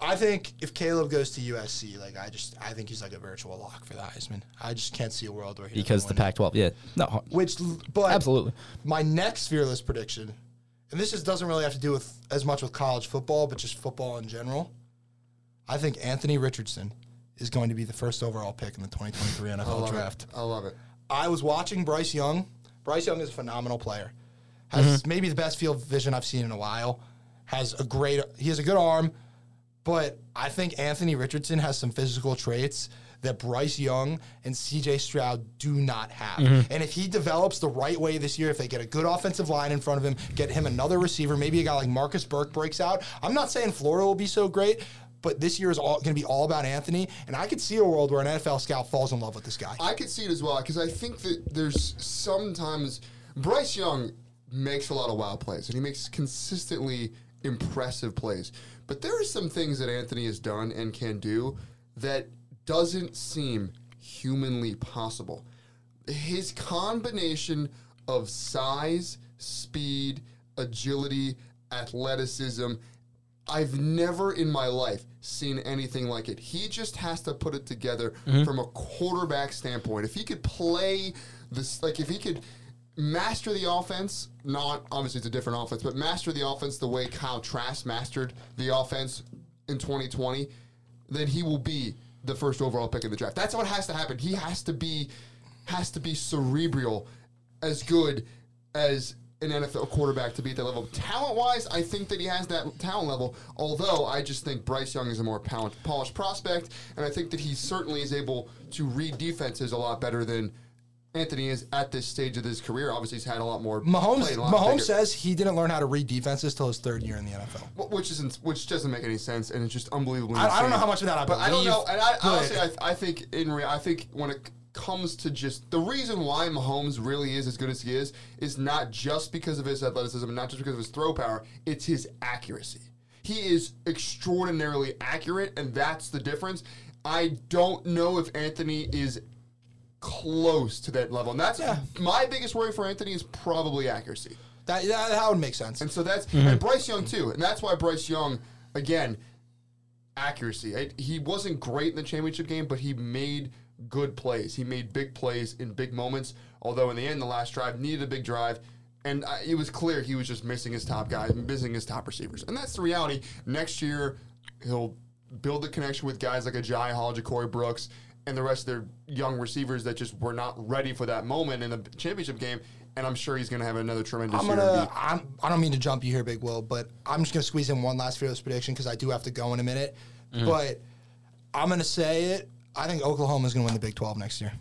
B: I think if Caleb goes to USC, like I just, I think he's like a virtual lock for the Heisman. I just can't see a world where he doesn't
C: because the
B: win.
C: Pac-12, yeah, no,
B: Which, l- but
C: Absolutely.
B: my next fearless prediction, and this just doesn't really have to do with as much with college football, but just football in general. I think Anthony Richardson is going to be the first overall pick in the 2023 NFL draft.
A: I love it.
B: I was watching Bryce Young. Bryce Young is a phenomenal player. Has maybe the best field vision I've seen in a while. Has a great he has a good arm, but I think Anthony Richardson has some physical traits that Bryce Young and CJ Stroud do not have. And if he develops the right way this year, if they get a good offensive line in front of him, get him another receiver, maybe a guy like Marcus Burke breaks out. I'm not saying Florida will be so great, but this year is all going to be all about Anthony, and I could see a world where an NFL scout falls in love with this guy.
A: I could see it as well because I think that there's sometimes Bryce Young makes a lot of wild plays and he makes consistently impressive plays. But there are some things that Anthony has done and can do that doesn't seem humanly possible. His combination of size, speed, agility, athleticism, I've never in my life seen anything like it. He just has to put it together from a quarterback standpoint. If he could play this, like if he could master the offense, not obviously it's a different offense, but master the offense the way Kyle Trask mastered the offense in 2020, then he will be the first overall pick in the draft. That's what has to happen. He has to be has to be cerebral as good as an NFL quarterback to be at that level. Talent wise, I think that he has that talent level. Although I just think Bryce Young is a more pal- polished prospect, and I think that he certainly is able to read defenses a lot better than Anthony is at this stage of his career. Obviously, he's had a lot more.
B: Mahomes,
A: played a lot
B: Mahomes
A: bigger,
B: says he didn't learn how to read defenses till his third year in the NFL.
A: wh- which isn't which doesn't make any sense, and it's just unbelievable.
B: I- I don't know how much of that I
A: but I don't
B: believe,
A: know, and I,
B: but-
A: honestly, I, I think in real, I think when it c- comes to just the reason why Mahomes really is as good as he is is not just because of his athleticism, and not just because of his throw power. It's his accuracy. He is extraordinarily accurate, and that's the difference. I don't know if Anthony is close to that level, and that's my biggest worry for Anthony is probably accuracy.
B: That, that, that would make sense. Mm-hmm.
A: And so that's and Bryce Young too, and that's why Bryce Young again accuracy. I, he wasn't great in the championship game, but he made good plays. He made big plays in big moments. Although in the end, the last drive needed a big drive, and I, it was clear he was just missing his top guys and missing his top receivers. And that's the reality. Next year, he'll build the connection with guys like a Jai Hall, Ja'Cory Brooks, and the rest of their young receivers that just were not ready for that moment in the championship game. And I'm sure he's going to have another tremendous
B: I'm
A: year. and
B: gonna.
A: be-
B: I'm, I don't mean to jump you here, Big Will, but I'm just gonna squeeze in one last fearless prediction because I do have to go in a minute.
A: Mm-hmm.
B: But I'm gonna say it. I think Oklahoma's gonna win the Big 12 next year.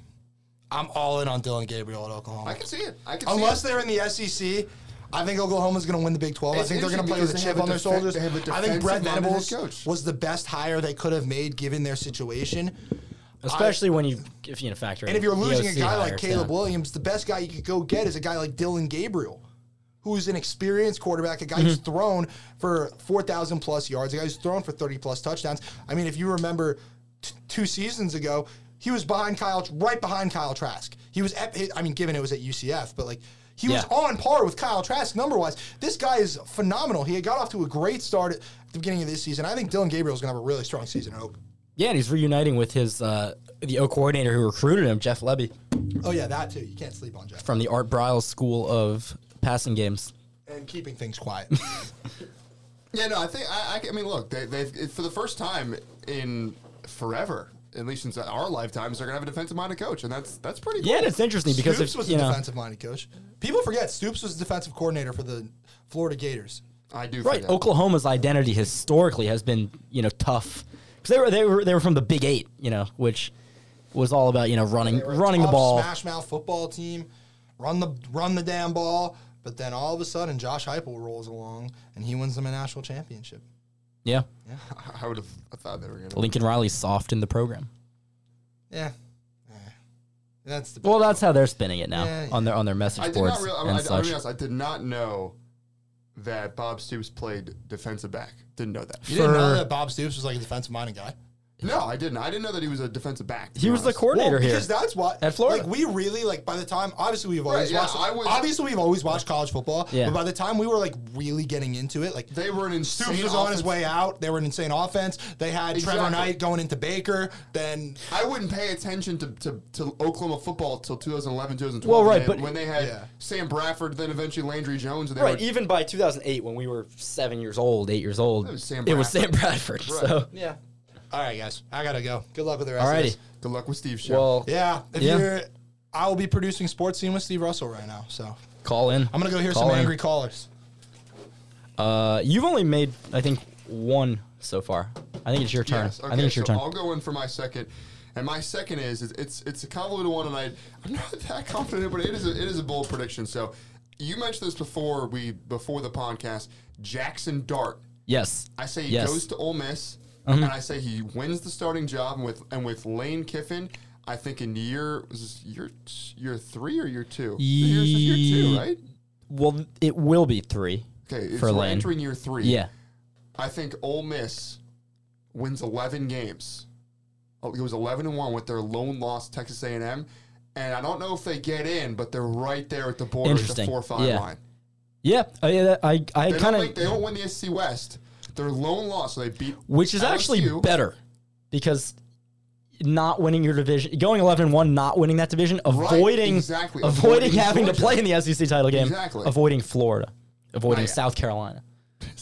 B: I'm all in on Dylan Gabriel at Oklahoma.
A: I can see it. I can
B: Unless
A: see it.
B: they're in the SEC, I think Oklahoma's going to win the Big 12. I
A: It's
B: think they're going to play
A: interesting
B: with a
A: because they
B: chip
A: have a
B: on their shoulders.
A: defen- they have a
B: I think Brett
A: defensive-minded
B: Venables
A: head coach.
B: was the best hire they could have made given their situation.
C: especially when you if you know, factor
B: And
C: in
B: if you're losing a
C: EOC
B: guy like
C: hires,
B: Caleb
C: yeah.
B: Williams, the best guy you could go get is a guy like Dylan Gabriel, who's an experienced quarterback, a guy who's
C: Mm-hmm.
B: thrown for 4,000 plus yards, a guy who's thrown for 30 plus touchdowns. I mean, if you remember t- two seasons ago, He was behind Kyle, right behind Kyle Trask. He was, at, I mean, given it was at UCF, but like he was
C: Yeah.
B: on par with Kyle Trask number wise. This guy is phenomenal. He had got off to a great start at the beginning of this season. I think Dylan Gabriel's going to have a really strong season. Oh, at Oak.
C: Yeah, and he's reuniting with his uh, the O coordinator who recruited him, Jeff Levy,
B: Oh yeah, that too. You can't sleep on Jeff
C: from the Art Briles School of Passing Games.
B: and keeping things quiet.
A: Yeah, no, I think I, I, I mean, look, they, they've it- for the first time in forever, at least since our lifetimes, they're gonna have a defensive minded coach, and that's that's pretty. Cool.
C: Yeah, and it's interesting because
B: Stoops
C: if,
B: was
C: you
B: a
C: know,
B: defensive minded coach. People forget Stoops was the defensive coordinator for the Florida Gators.
A: I do
C: right,
A: forget.
C: Oklahoma's identity historically has been you know tough because they were they were they were from the Big Eight, you know, which was all about you know running
B: They were a
C: running the
B: tough
C: ball.
B: smash mouth football team, run the run the damn ball. But then all of a sudden, Josh Heupel rolls along and he wins them a national championship.
C: Yeah,
A: I would have I thought they were gonna.
C: Lincoln Riley's soft in the program.
B: Yeah, yeah. that's the
C: Well, that's how they're spinning it now
B: Yeah,
C: on their on their
A: I
C: message
A: did not
C: boards
A: real, I,
C: and
A: I, I'll
C: such.
A: be honest, I did not know that Bob Stoops played defensive back. Didn't know that.
B: you didn't know
C: for-
B: that Bob Stoops was like a defensive minded guy.
A: No, I didn't. I didn't know that he was a defensive back. to
C: he
A: be
C: was the
A: honest.
C: coordinator here.
B: because that's what
C: At Florida.
B: Like we really like by the time obviously we've always
A: yeah,
B: watched
A: I was-
B: obviously we've always watched college football.
C: Yeah.
B: But by the time we were like really getting into it, like
A: They were an insane.
B: Stoops was on his
A: offense.
B: way out. They were an insane offense. They had Trevor
A: Exactly.
B: Knight going into Baker. Then
A: I wouldn't pay attention to, to, to Oklahoma football till 2011, 2012.
C: Well, right,
A: when,
C: but-
A: when they had
B: Yeah.
A: Sam Bradford, then eventually Landry Jones, and they
C: Right,
A: were
C: even by 2008, when we were seven years old, eight years old,
A: was Sam
C: it was Sam Bradford. So,
B: yeah. All right, guys. I gotta go. Good luck with the rest. Of
C: alrighty.
B: this.
A: Good luck with Steve's show.
C: Well,
B: Yeah. If
C: Yeah.
B: you're, I will be producing Sports Scene with Steve Russell right now. So
C: call in.
B: I'm gonna go hear
C: Call
B: some
C: in.
B: angry callers.
C: Uh, you've only made, I think, one so far. I think it's your turn.
A: Yes,
C: I think it's your
A: so
C: turn.
A: I'll go in for my second. And my second is, is it's it's a convoluted one, and I, I'm not that confident, but it is a, it is a bold prediction. So, you mentioned this before we before the podcast. Jackson Dart.
C: yes.
A: I say he
C: yes. Mm-hmm.
A: goes to Ole Miss, and I say he wins the starting job. And with and with Lane Kiffin, I think in year was this year year three or year two? Year- this is year two,
C: Ye-
A: right?
C: Well, it will be three.
A: Okay, it's
C: for
A: we're
C: Lane.
A: entering year three.
C: Yeah.
A: I think Ole Miss wins 11 games. Oh, It was 11 and 1 with their lone loss to Texas A&M, and I don't know if they get in, but they're right there at the border at the
C: Interesting.
A: 4-5
C: Yeah.
A: line.
C: Yeah. I, I, I
A: They don't,
C: kind
A: make, they
C: of,
A: don't win the SC West. Their lone loss, so they beat
C: which is actually
A: LSU.
C: better because not winning your division, going 11 1, not winning that division, avoiding,
A: exactly,
C: avoiding,
A: avoiding
C: having to
A: Georgia.
C: play in the SEC title game,
A: Exactly.
C: avoiding Florida, avoiding
A: yeah.
C: South Carolina,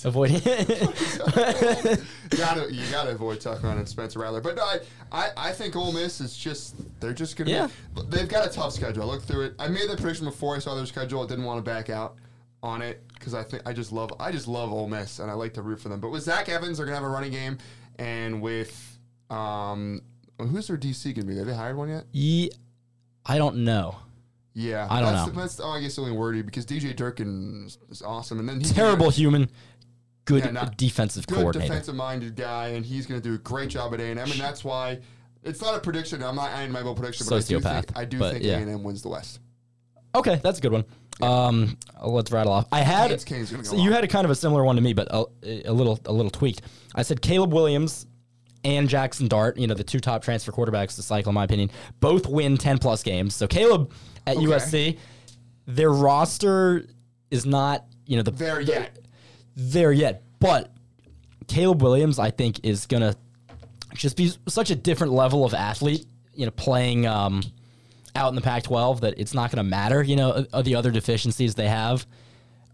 C: avoiding.
A: gotta you gotta avoid Tucker and Spencer Rattler. But no, I, I I think Ole Miss is just they're just gonna
C: Yeah.
A: be, they've got a tough schedule. I looked through it. I made that prediction before I saw their schedule. I didn't want to back out on it because I think I just love I just love Ole Miss and I like to root for them. But with Zach Evans, they're gonna have a running game, and with um. Who's their DC gonna be? Have they hired one yet?
C: Ye- I don't know.
A: Yeah,
C: I don't
A: that's,
C: know.
A: That's oh, I guess the only wordy because DJ Durkin is- is awesome, and then he's
C: Terrible human, good
A: Yeah, not-
C: defensive
A: uh, good
C: coordinator.
A: defensive minded guy, and he's going to do a great job at A and M, and that's why it's not a prediction. I'm not adding my bold prediction, but
C: Sociopath,
A: I do
C: but
A: think I do think
C: yeah.
A: A and M wins the West.
C: Okay, that's a good one. Um, let's rattle off. I had
A: Kane's- Kane's gonna go
C: so you
A: off.
C: had a kind of a similar one to me, but a, a little a little tweaked. I said Caleb Williams and Jackson Dart, you know, the two top transfer quarterbacks to cycle, in my opinion, both win ten plus games. So Caleb at USC, their roster is not you know the
A: There
C: the-
A: yet,
C: there yet, but Caleb Williams, I think, is gonna just be such a different level of athlete. You know, playing um, out in the Pac-12 that it's not gonna matter. You know, uh, the other deficiencies they have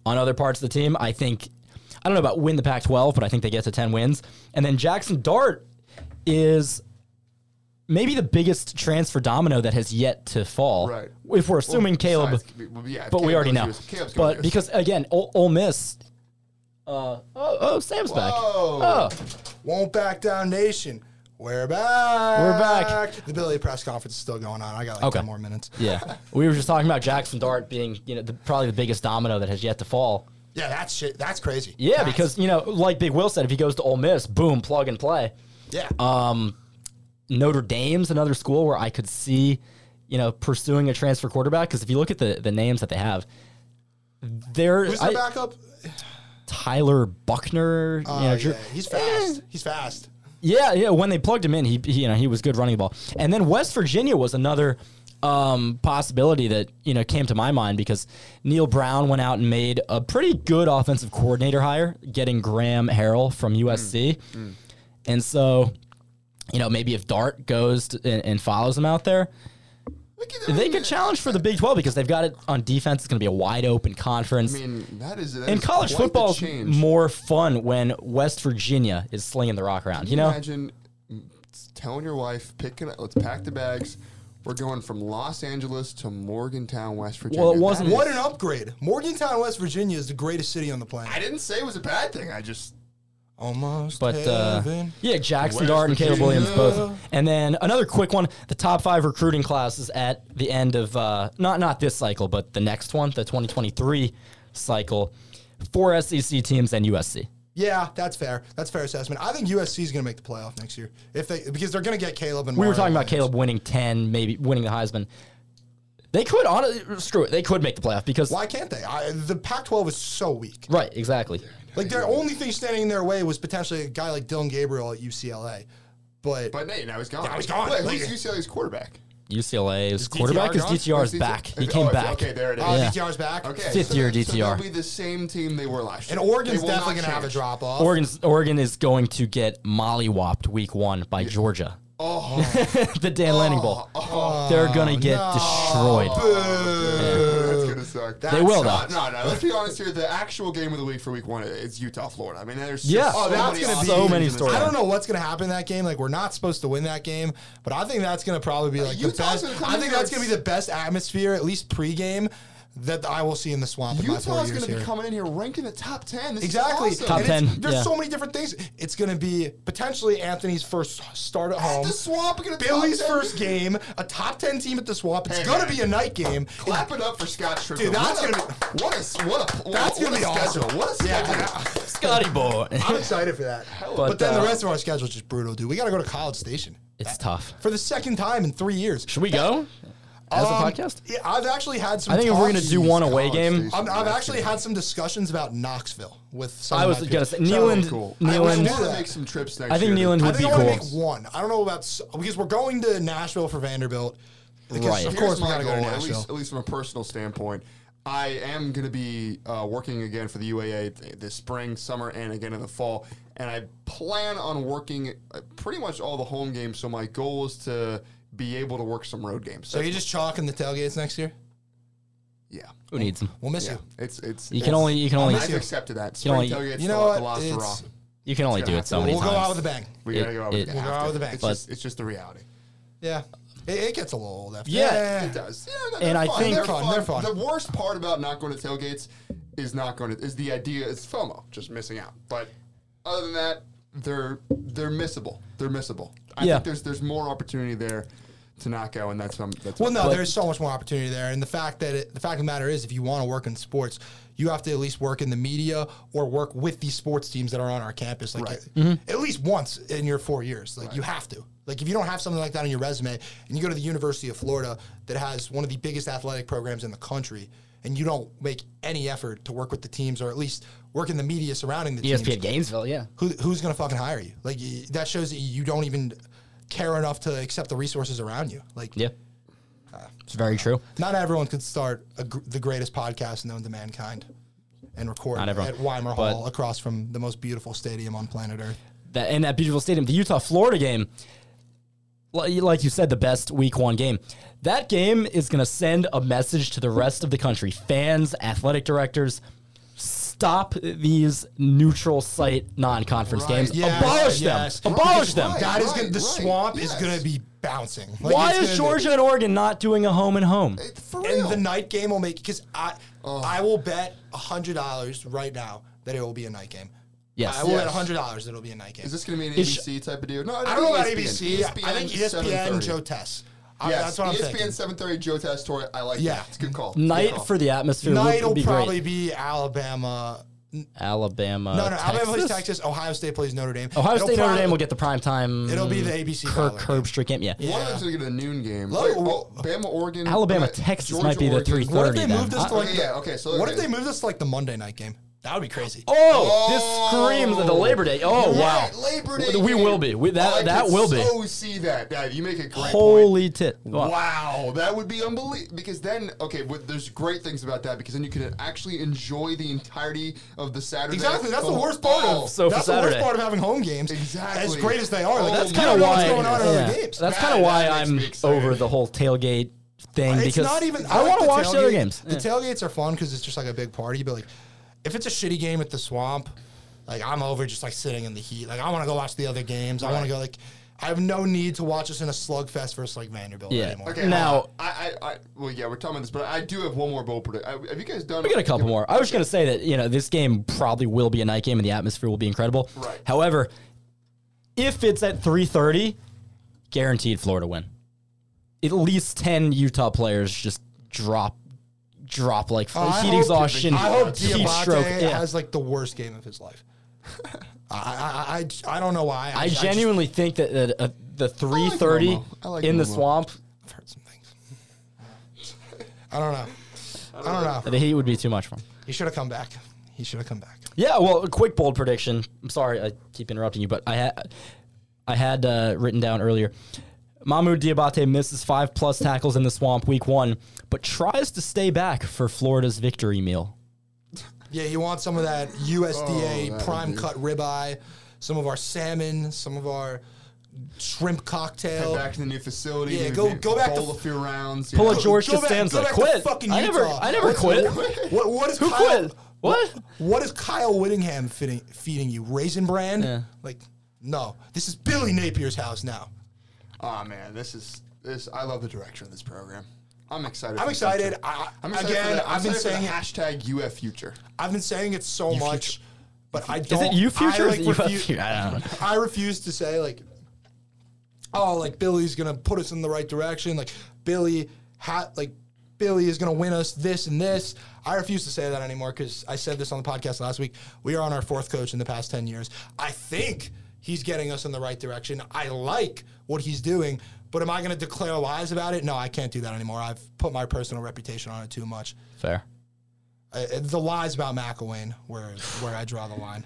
C: on other parts of the team. I think I don't know about win the Pac-12, but I think they get to ten wins. And then Jackson Dart is maybe the biggest transfer domino that has yet to fall.
A: Right.
C: If we're assuming Caleb
A: Besides, well, yeah, if
C: but
A: Caleb
C: we already
A: goes
C: know.
A: to- Caleb's gonna
C: but
A: do it.
C: because again, Ole, Ole Miss. Uh, oh, oh, Sam's back.
A: Whoa.
C: Oh,
B: Won't back down, nation. We're back.
C: We're back.
B: The Billy press conference is still going on. I got like
C: Okay.
B: ten more minutes.
C: yeah. we were just talking about Jackson Dart being, you know, the, probably the biggest domino that has yet to fall.
B: Yeah, that's shit. That's crazy.
C: Yeah,
B: That's-
C: because you know, like Big Will said, if he goes to Ole Miss, boom, plug and play.
B: yeah,
C: uh, Notre Dame's another school where I could see, you know, pursuing a transfer quarterback because if you look at the the names that they have, there
B: who's their
C: I-
B: backup?
C: Tyler Buckner, you
B: Oh,
C: know,
B: yeah,
C: Drew-
B: he's fast. He's fast.
C: Yeah, yeah. When they plugged him in, he, he you know he was good running the ball. And then West Virginia was another um, possibility that you know came to my mind because Neil Brown went out and made a pretty good offensive coordinator hire, getting Graham Harrell from
A: Mm,
C: USC. And so, you know, maybe if Dart goes to, and, and follows him out there, they could challenge for the Big Twelve because they've got it on defense. It's going to be a wide open conference.
A: I mean, that is that
C: and
A: is
C: college
A: quite the
C: football is
A: change.
C: more fun when West Virginia is slinging the rock around. You know,
A: imagine telling your wife, picking up, let's pack the bags. We're going from Los Angeles to Morgantown, West Virginia.
C: Well, it
A: That
C: wasn't-
A: is-
B: What an upgrade. Morgantown, West Virginia is the greatest city on the
A: I
B: planet.
A: didn't say it was a bad thing. I just
B: Almost.
C: But uh,
B: heaven.
C: yeah, Jackson
A: West
C: Dart and Caleb
A: Virginia.
C: Williams both. And then another quick one: the top five recruiting classes at the end of uh, not not this cycle, but the next one, the 2023 cycle, four SEC teams and USC.
B: Yeah, that's fair. That's fair assessment. I think USC is going to make the playoff next year if they because they're going to get Caleb and
C: We were
B: Mario
C: talking about
B: Williams.
C: Caleb winning 10, maybe winning the Heisman. They could honestly screw it. They could make the playoff because
B: Why can't they? I, the Pac-12 is so weak.
C: right, exactly.
B: Like their only thing standing in their way was potentially a guy like Dylan Gabriel at UCLA, but,
A: But hey, now he's gone.
B: Now he's gone.
A: Wait,
B: Like-
A: who's UCLA's quarterback?
C: UCLA's quarterback
A: DTR
C: is
A: gone?
C: DTR is
A: Is DTR
C: back. He
A: Oh,
C: came
A: okay,
C: back.
A: okay, there it is.
B: oh,
C: Yeah.
B: DTR's back.
A: Okay,
C: Fifth
A: so
C: year
A: they- so
C: DTR.
A: they'll be the same team they were last year.
B: And Oregon's
A: They will
B: definitely
A: not
B: going to have a
A: change.
B: drop off.
C: Oregon's, Oregon is going to get mollywopped week one by Georgia.
A: Oh,
C: the Dan Lanning Bowl. They're going to get destroyed.
A: That's gonna suck. That's
C: will,
A: not-
C: though.
A: No, no. Let's be honest here. The actual game of the week for Week One is Utah, Florida. I mean, there's just
C: Yeah.
A: so
C: Oh,
B: that's
A: many
B: gonna
A: awesome
B: be-
C: so
A: teams
C: many
A: in this
C: stories.
B: I don't know what's going to happen in that game. Like we're not supposed to win that game, but I think that's going to probably be like the
A: Uh, Utah's
B: best.
A: gonna come
B: I
A: in
B: think
A: here
B: that's going to be the best atmosphere, at least pregame, that I will see in the swamp. in my four
A: Utah's
B: years
A: going to
B: here.
A: be coming in here ranking the top ten. This is
B: Exactly.
A: awesome.
C: Top
B: And it's-
C: 10,
B: There's
C: yeah.
B: so many different things. It's going to be potentially Anthony's first start at
A: At
B: home.
A: the swamp. Gonna
B: Billy's first game, a top 10 team at the swap. It's
A: Hey,
B: going to
A: man.
B: be a night game.
A: Clap it up for Scott Strickland.
B: Dude, that's
A: what a,
B: gonna be-
A: what a what a
B: That's
A: what
B: going to
A: a
B: be awesome.
A: schedule. What a
B: Yeah,
A: schedule.
B: I-
C: Scotty boy.
B: I'm excited for that. But,
C: But,
B: then the
C: uh,
B: rest of our schedule is just brutal, dude. We got to go to College Station
C: It's tough.
B: for the second time in three years.
C: Should we go as a
B: Um,
C: podcast?
B: Yeah, I've actually had some.
C: I think if we're going to do
B: talks-
C: one away
A: college,
C: game,
A: dude.
B: I'm, I've actually had some discussions about Knoxville with some.
C: I
B: of
C: was
B: my
C: going
B: peers.
C: to say Neyland.
A: cool. I
B: Neyland-
A: want
B: do
A: to
B: that.
A: make some trips next
C: I think
A: year.
C: Neyland
B: I
C: would be
B: think I want to make
C: cool.
B: one. I don't know about s- because we're going to Nashville for Vanderbilt. Because
C: Right.
B: Of
A: Here's
B: course, we
A: my
B: got to go to
A: goal, at
B: Nashville.
A: least, at least from a personal standpoint. I am going to be uh, working again for the UAA th- this spring, summer, and again in the fall. And I plan on working uh, pretty much all the home games. So my goal is to be able to work some road games.
B: So
A: So
B: you're just chalking the tailgates next year?
A: yeah,
C: Who needs him?
B: We'll miss
A: yeah.
B: you.
A: It's it's.
C: You
A: it's-
C: can only you can only
A: I've accepted that.
C: You
A: Spring
C: know,
A: tailgate's
B: You
A: the-
B: know what?
A: the last
B: It's-
A: hurrah.
C: you can only do it so many
B: We'll
C: times.
B: go out with a bang.
A: We
C: it-
A: gotta go out with
C: it-
A: the
C: We'll
B: go
A: have
B: out
A: to.
B: with a bang.
A: It's
C: But-
A: just it's just the reality.
B: Yeah. It, it gets a little old after.
C: Yeah.
A: It does. Yeah, no,
C: And
A: they're
C: I
A: fun.
C: think-
A: they're
B: They're fun,
A: fun.
B: they're fun.
A: The worst part about not going to tailgates is not going to is the idea is FOMO, just missing out. But other than that, they're they're missable. They're missable. I
C: Yeah.
A: think there's there's more opportunity there to not go, and that's um, that's
B: Well, no,
C: But-
B: there's so much more opportunity there, and the fact that it, the fact of the matter is, if you want to work in sports, you have to at least work in the media or work with the sports teams that are on our campus, like
A: Right.
B: at least once in your four years. Like you have to. Like if you don't have something like that on your resume, and you go to the University of Florida that has one of the biggest athletic programs in the country, and you don't make any effort to work with the teams or at least work in the media surrounding the teams,
C: ESPN Gainesville, yeah.
B: who, who's going to fucking hire you? Like y- that shows that you don't even care enough to accept the resources around you. Like
C: Yeah. It's very true.
B: not everyone could start a gr- the greatest podcast known to mankind and record
C: Not
B: it
C: everyone,
B: at Weimer
C: but-
B: Hall across from the most beautiful stadium on planet Earth.
C: that in that beautiful stadium, the Utah Florida game. li- Like you said, the best week one game. That game is going to send a message to the rest of the country fans, athletic directors. Stop these neutral site non conference
A: Right.
C: games.
A: Yes,
C: Abolish
B: yes.
C: them. Abolish them.
A: Right,
B: That is gonna,
A: right,
B: the
A: right,
B: swamp
A: yes.
B: is going to be bouncing. Like,
C: Why
B: it's
C: is
B: gonna be-
C: Georgia and Oregon not doing a home and home?
A: It- for
B: and
A: real.
B: the night game will make because I I will bet hundred dollars right now that it will be a night game.
C: Yes.
B: I will bet
A: Yes.
B: hundred dollars that it'll be a night game.
A: is this going to be an
C: Is-
A: ABC type of deal? No, E
B: I don't know about E
A: ESPN.
B: ABC. I think ESPN
A: 7:30.
B: Joe Tess. I-
A: Yes, E
B: that's what I'm
A: ESPN
B: thinking.
A: 7:30 Joe Testore. I like
B: Yeah.
A: that. It's a good call.
C: Night
A: Good call.
C: for the atmosphere
B: Night
C: would,
B: will
C: be
B: probably
C: great.
B: be Alabama.
C: Alabama.
B: No, no, Alabama plays
C: Texas?
B: Texas. Ohio State plays Notre Dame.
C: Ohio
B: It'll
C: State Notre
B: probably-
C: Dame will get the prime time.
B: It'll be the ABC
C: Kirk
B: dollar game.
C: Curb Street game. Yeah.
A: One of them's going to get a noon game.
B: Lo-
A: Wait, oh, Bama, Oregon,
C: Alabama,
A: uh,
C: Texas
A: Georgia,
C: might be the
A: Oregon.
C: three
B: What if they
C: thirty.
B: moved this to like
A: Okay,
B: the-
A: Uh, yeah, okay, so
B: what
A: it
B: if they
A: is.
B: moved this to like the Monday night game? That would be crazy.
C: Oh, this screams of the Labor Day. Oh,
A: You're
C: wow.
A: right, Labor Day.
C: We
A: game.
C: will be. We- that
A: Oh, I
C: that
A: could
C: will be.
A: So see that. Dad, you make a great point.
C: Holy tit. Wow.
A: Wow, that would be unbelievable. Because then, okay, well, there's great things about that because then you can actually enjoy the entirety of the Saturday.
B: Exactly. That's the worst part
A: Oh,
B: of
C: So for
B: that's the worst
C: Saturday.
B: part of having home games.
A: Exactly.
B: As great as they are, like,
A: Oh,
C: That's
B: you
C: kind
B: don't
C: of
B: know
C: why.
B: what's going on in
C: yeah.
B: other games.
C: That's
A: Man,
C: kind of why
A: that makes
C: I'm
A: me excited.
C: over the whole tailgate thing
B: it's
C: because
B: not even.
C: I
B: like
C: want to
B: the
C: watch the other
B: tailgate.
C: games.
B: The tailgates are fun because it's just like a big party. But like, if it's a shitty game at the swamp, like I'm over just like sitting in the heat. Like I want to go watch the other games. I want to go like. I have no need to watch us in a slugfest versus like Vanderbilt
C: Yeah.
B: anymore.
C: Okay.
A: hold
C: Now-
A: on. I, I, I, well, yeah, we're talking about this, but I do have one more bowl predict. I- Have you guys done?
C: We got a couple more. I was going to say that you know this game probably will be a night game and the atmosphere will be incredible.
A: Right.
C: However, if it's at three thirty, guaranteed Florida win. At least ten Utah players just drop, drop like
B: I
C: heat
B: hope-
C: exhaustion,
B: I hope
C: heat
B: Diabate
C: stroke. Yeah.
B: has like the worst game of his life. I, I, I I don't know why.
C: I
B: just-
C: genuinely think that that, uh, the three thirty
A: Romo. I like
C: in the
A: Romo.
C: swamp,
B: I've heard some things. I don't know. I don't know.
C: the heat would be too much for him.
B: He should have come back. He should have come back.
C: Yeah, well, a quick bold prediction. I'm sorry I keep interrupting you, but I had I had uh, written down earlier. Mahmoud Diabate misses five plus tackles in the swamp week one, but tries to stay back for Florida's victory meal.
B: Yeah, you want some of that USDA prime cut ribeye, some of our salmon, some of our shrimp cocktail.
A: Head back to the new facility.
B: Yeah,
A: maybe
B: go- go back
A: bowl
B: to-
A: a few rounds. you
C: Pull a
A: know.
C: George
B: go back- go
C: Costanza.
B: back to
C: quit.
B: fucking
C: I never,
B: Utah.
C: I never quit.
B: What, what is
C: Who
B: Kyle,
C: quit? What?
B: What is Kyle Whittingham feeding, feeding you? Raisin bran? Like, no. This is Billy Napier's house now.
A: Aw, Oh, man, this is this. I love the direction of this program. I'm excited. for
B: I'm
A: the
B: excited.
A: future.
B: I,
A: I'm excited for
B: again,
A: the- I'm
B: I've been
A: excited for
B: saying
A: the
B: it.
A: hashtag UF future.
B: I've been saying it so much, but I
C: Is
B: don't.
C: it you future?
B: I,
C: or
B: like,
C: is it
B: refu-
C: you future? I don't know.
B: I refuse to say like, oh, like Billy's gonna put us in the right direction. Like Billy, ha- like Billy is gonna win us this and this. I refuse to say that anymore because I said this on the podcast last week. We are on our fourth coach in the past ten years. I think he's getting us in the right direction. I like what he's doing. But am I going to declare lies about it? No, I can't do that anymore. I've put my personal reputation on it too much.
C: Fair.
B: Uh, the lies about McElwain were where I draw the line.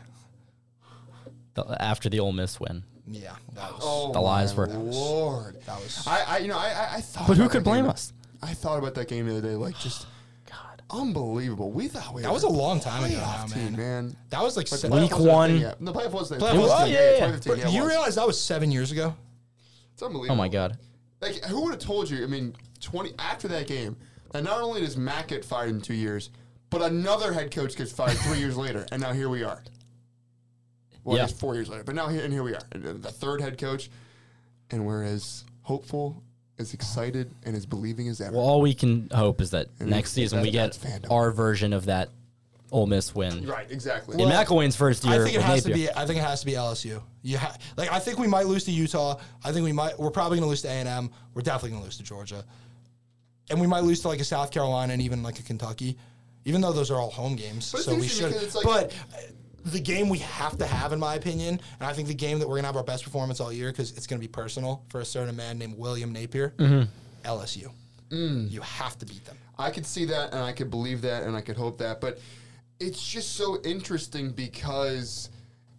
C: The- After the Ole Miss win,
B: Yeah, that was.
A: Oh,
C: the lies
A: my
C: were.
A: Lord.
B: That was
A: I, I, you know, I, I, I thought.
C: But who
A: about
C: could
A: that
C: blame
A: game.
C: us?
A: I thought about that game the other day, like just unbelievable. We thought we
B: That was a long time ago now,
A: playoff team,
B: man.
A: man.
B: That was like
A: But
B: se-
A: playoff
C: Week
A: wasn't a
C: one.
A: thing yet. No, playoff was the
B: Playoff was-
C: yeah, yeah, yeah.
B: Bro, you realize that was seven years ago?
A: It's
C: Oh
A: unbelievable.
C: my God.
A: Like, who would have told you? I mean, twenty after that game, that not only does Mack get fired in two years, but another head coach gets fired three years later, and now here we are. Well,
C: Yeah.
A: it's four years later, but now here and here we are, and, uh, the third head coach, and we're as hopeful, as excited, and as believing as ever.
C: Well, all we can hope is that next season we
A: Mm-hmm. that's
C: get
A: fandom.
C: our version of that Ole Miss win.
A: right, exactly.
C: In McElwain's first
B: I
C: year
B: think it
C: with
B: has to
C: Napier.
B: be. I think it has to be LSU. You ha- like I think we might lose to Utah. I think we might. We're probably going to lose to A and M. We're definitely going to lose to Georgia, and we might lose to like a South Carolina and even like a Kentucky, even though those are all home games.
A: But it's
B: so we
A: easy
B: should.
A: because it's like-
B: but uh, the game we have to have, in my opinion, and I think the game that we're going to have our best performance all year because it's going to be personal for a certain man named William Napier. LSU.
A: Mm.
B: You have to beat them.
A: I could see that and I could believe that and I could hope that, but it's just so interesting because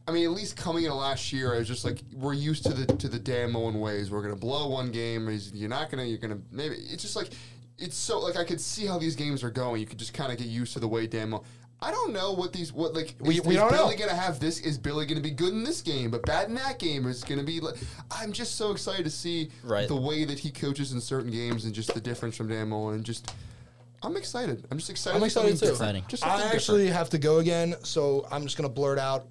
A: I mean, at least coming into last year, I was just like, we're used to the to the damn Owen ways. We're gonna blow one game. or You're not gonna. You're gonna maybe. It's just like it's so like I could see how these games are going. You could just kind of get used to the way damn. Owen- I don't know what these what like
B: We-
A: is,
B: we
A: is
B: don't
A: Billy
B: know.
A: gonna have this? Is Billy gonna be good in this game, but bad in that game? Or is it gonna be? Like, I'm just so excited to see
C: Right.
A: the way that he coaches in certain games and just the difference from Dan Mullen and just I'm excited. I'm just excited.
B: I'm
A: for something
B: excited too.
A: different.
C: Exciting.
A: Just
B: I
A: something
B: actually have to go again, so I'm just gonna blurt out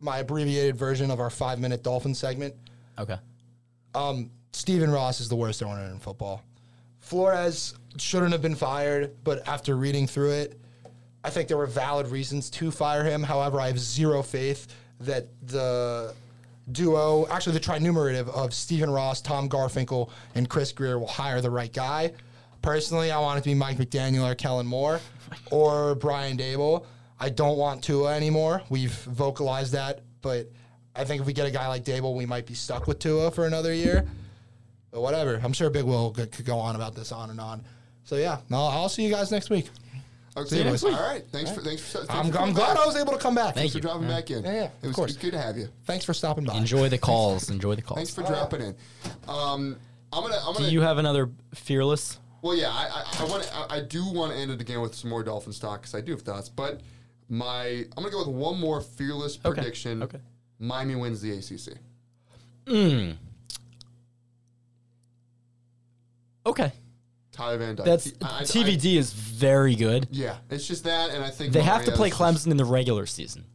B: my abbreviated version of our five minute dolphin segment.
C: Okay.
B: Um, Steven Ross is the worst owner in football. Flores shouldn't have been fired, but after reading through it, I think there were valid reasons to fire him. However, I have zero faith that the duo, actually the trinumerative of Steven Ross, Tom Garfinkel, and Chris Greer will hire the right guy. Personally, I want it to be Mike McDaniel or Kellen Moore or Brian Dable. I don't want Tua anymore. We've vocalized that, but I think if we get a guy like Dable, we might be stuck with Tua for another year. But whatever. I'm sure Big Will could could go on about this on and on. So yeah, I'll, I'll see you guys next week.
A: different. Okay.
B: See you boys.
A: All right. Thanks for thanks for.
B: I'm,
A: thanks for
B: I'm
A: coming
B: glad
A: back.
B: I was able to come back.
C: Thank
A: Thanks for
C: you.
A: dropping back in.
B: Yeah, yeah,
A: It
B: of
A: was
B: course.
A: good to have you.
B: Thanks for stopping by.
C: Enjoy the calls. Enjoy the calls.
A: Thanks for dropping in. Um, I'm gonna. I'm
C: Do
A: gonna.
C: you have another fearless?
A: Well, yeah, I I, I want I, I do want to end it again with some more Dolphin stock because I do have thoughts, but my I'm gonna go with one more fearless prediction.
C: okay.
A: Miami wins the ACC.
C: Hmm. Okay,
A: Tyler Van Dyke.
C: that's
A: I- I- I-
C: TVD is very good.
A: yeah, it's just that, and I think
C: They have to
A: Mariano's
C: play
A: just-
C: Clemson in the regular season.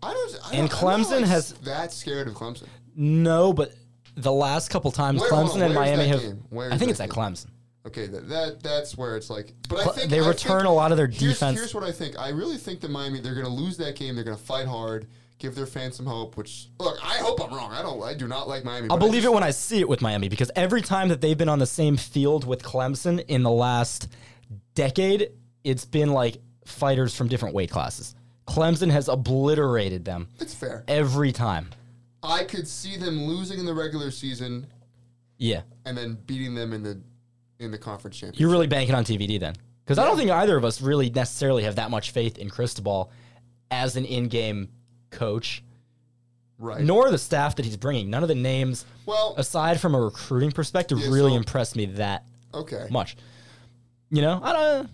A: I don't. I don't
C: And
A: I'm not,
C: Clemson
A: like,
C: has-
A: that scared of Clemson.
C: No, but the last couple times
A: Where- hold
C: Clemson
A: on,
C: and
A: where's
C: Miami
A: that
C: have.
A: game? Where
C: I
A: is
C: think
A: that
C: it's at
A: game?
C: Clemson.
A: Okay, that, that that's where it's like. But I
C: Cle-
A: think
C: they
A: I think-
C: return a lot of their
A: here's-
C: defense.
A: Here's what I think. I really think that Miami they're going to lose that game. They're going to fight hard, give their fans some hope. Which look, I hope I'm wrong. I don't. I do not like Miami.
C: I'll
A: but I
C: believe
A: just-
C: it when I see it with Miami because every time that they've been on the same field with Clemson in the last decade, it's been like fighters from different weight classes. Clemson has obliterated them
A: It's fair.
C: every time.
A: I could see them losing in the regular season
C: Yeah.
A: and then beating them in the in the conference championship.
C: You're really banking on TVD then. Because I don't think either of us really necessarily have that much faith in Cristobal as an in game coach,
A: right.
C: nor the staff that he's bringing. None of the names,
A: Well,
C: aside from a recruiting perspective,
A: Yeah,
C: really
A: so-
C: impressed me that
A: okay.
C: much. You know, I don't.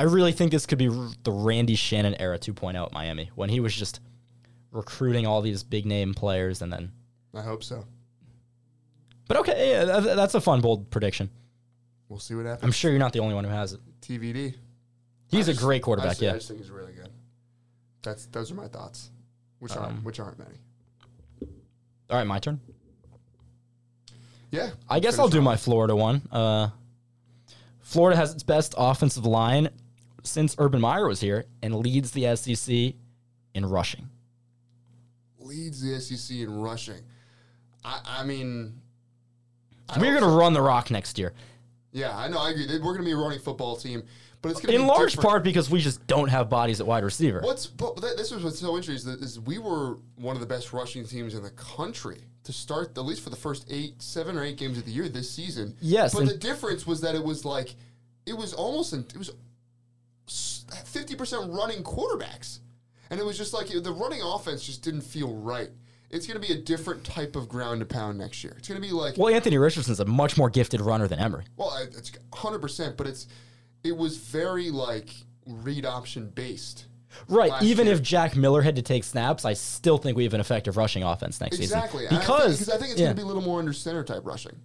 C: I really think this could be r- the Randy Shannon era 2.0 at Miami when he was just recruiting all these big name players and then.
A: I hope so.
C: But okay, yeah, th- that's a fun bold prediction.
A: We'll see what happens.
C: I'm sure you're not the only one who has it.
A: TVD.
C: He's a great
A: I
C: quarterback.
A: just, I
C: Yeah,
A: just think he's really good. That's those are my thoughts, which
C: Um,
A: aren't which aren't many.
C: All right, my turn.
A: Yeah.
C: I guess
A: finish
C: I'll do
A: off.
C: my Florida one. Uh, Florida has its best offensive line since Urban Meyer was here and leads the SEC in rushing.
A: leads the SEC in rushing. I, I mean, I
C: We're
A: don't-
C: going to run the rock next year,
A: yeah, I know, I agree. We're going to be a running football team, but it's going to
C: in
A: be
C: large
A: different.
C: part because we just don't have bodies at wide receiver.
A: What's but that, this is what's so interesting is, that, is we were one of the best rushing teams in the country to start at least for the first eight, seven or eight games of the year this season.
C: Yes,
A: but
C: and-
A: the difference was that it was like it was almost in- it was fifty percent running quarterbacks, and it was just like the running offense just didn't feel right. It's going to be a different type of ground to pound next year. It's going to be like
C: Well, Anthony Richardson's a much more gifted runner than Emery.
A: Well, I- it's 100%, but it's it was very like read option based.
C: Right.
A: Last
C: even
A: year.
C: if Jack Miller had to take snaps, I still think we have an effective rushing offense next
A: Exactly.
C: season.
A: I think-
C: Because
A: I think it's
C: yeah,
A: going to be a little more under center type rushing.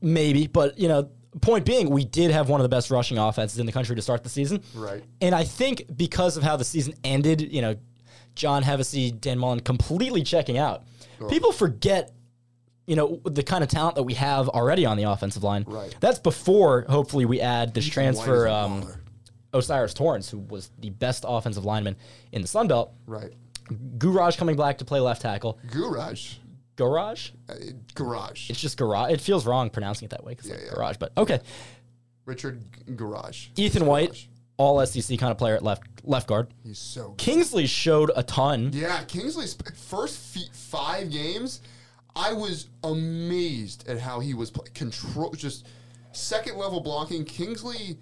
C: maybe, but you know, point being, we did have one of the best rushing offenses in the country to start the season.
A: Right.
C: And I think because of how the season ended, you know, John Hevesy, Dan Mullen completely checking out. People forget, you know, the kind of talent that we have already on the offensive line.
A: Right.
C: That's before hopefully we add this
A: White is
C: transfer
A: a
C: um,
A: baller.
C: Osiris Torrance, who was the best offensive lineman in the Sun Belt.
A: Right.
C: Garage coming back to play left tackle.
A: Garage.
C: Garage?
A: Uh, garage.
C: It's just garage. It feels wrong pronouncing it that way 'cause it's like garage, but okay.
A: Richard G- Garage.
C: Ethan White, all SEC kind of player at left left guard.
A: He's so good.
C: Kingsley showed a ton.
A: Yeah, Kingsley's p- first fe- five games, I was amazed at how he was play- control just second level blocking. Kingsley,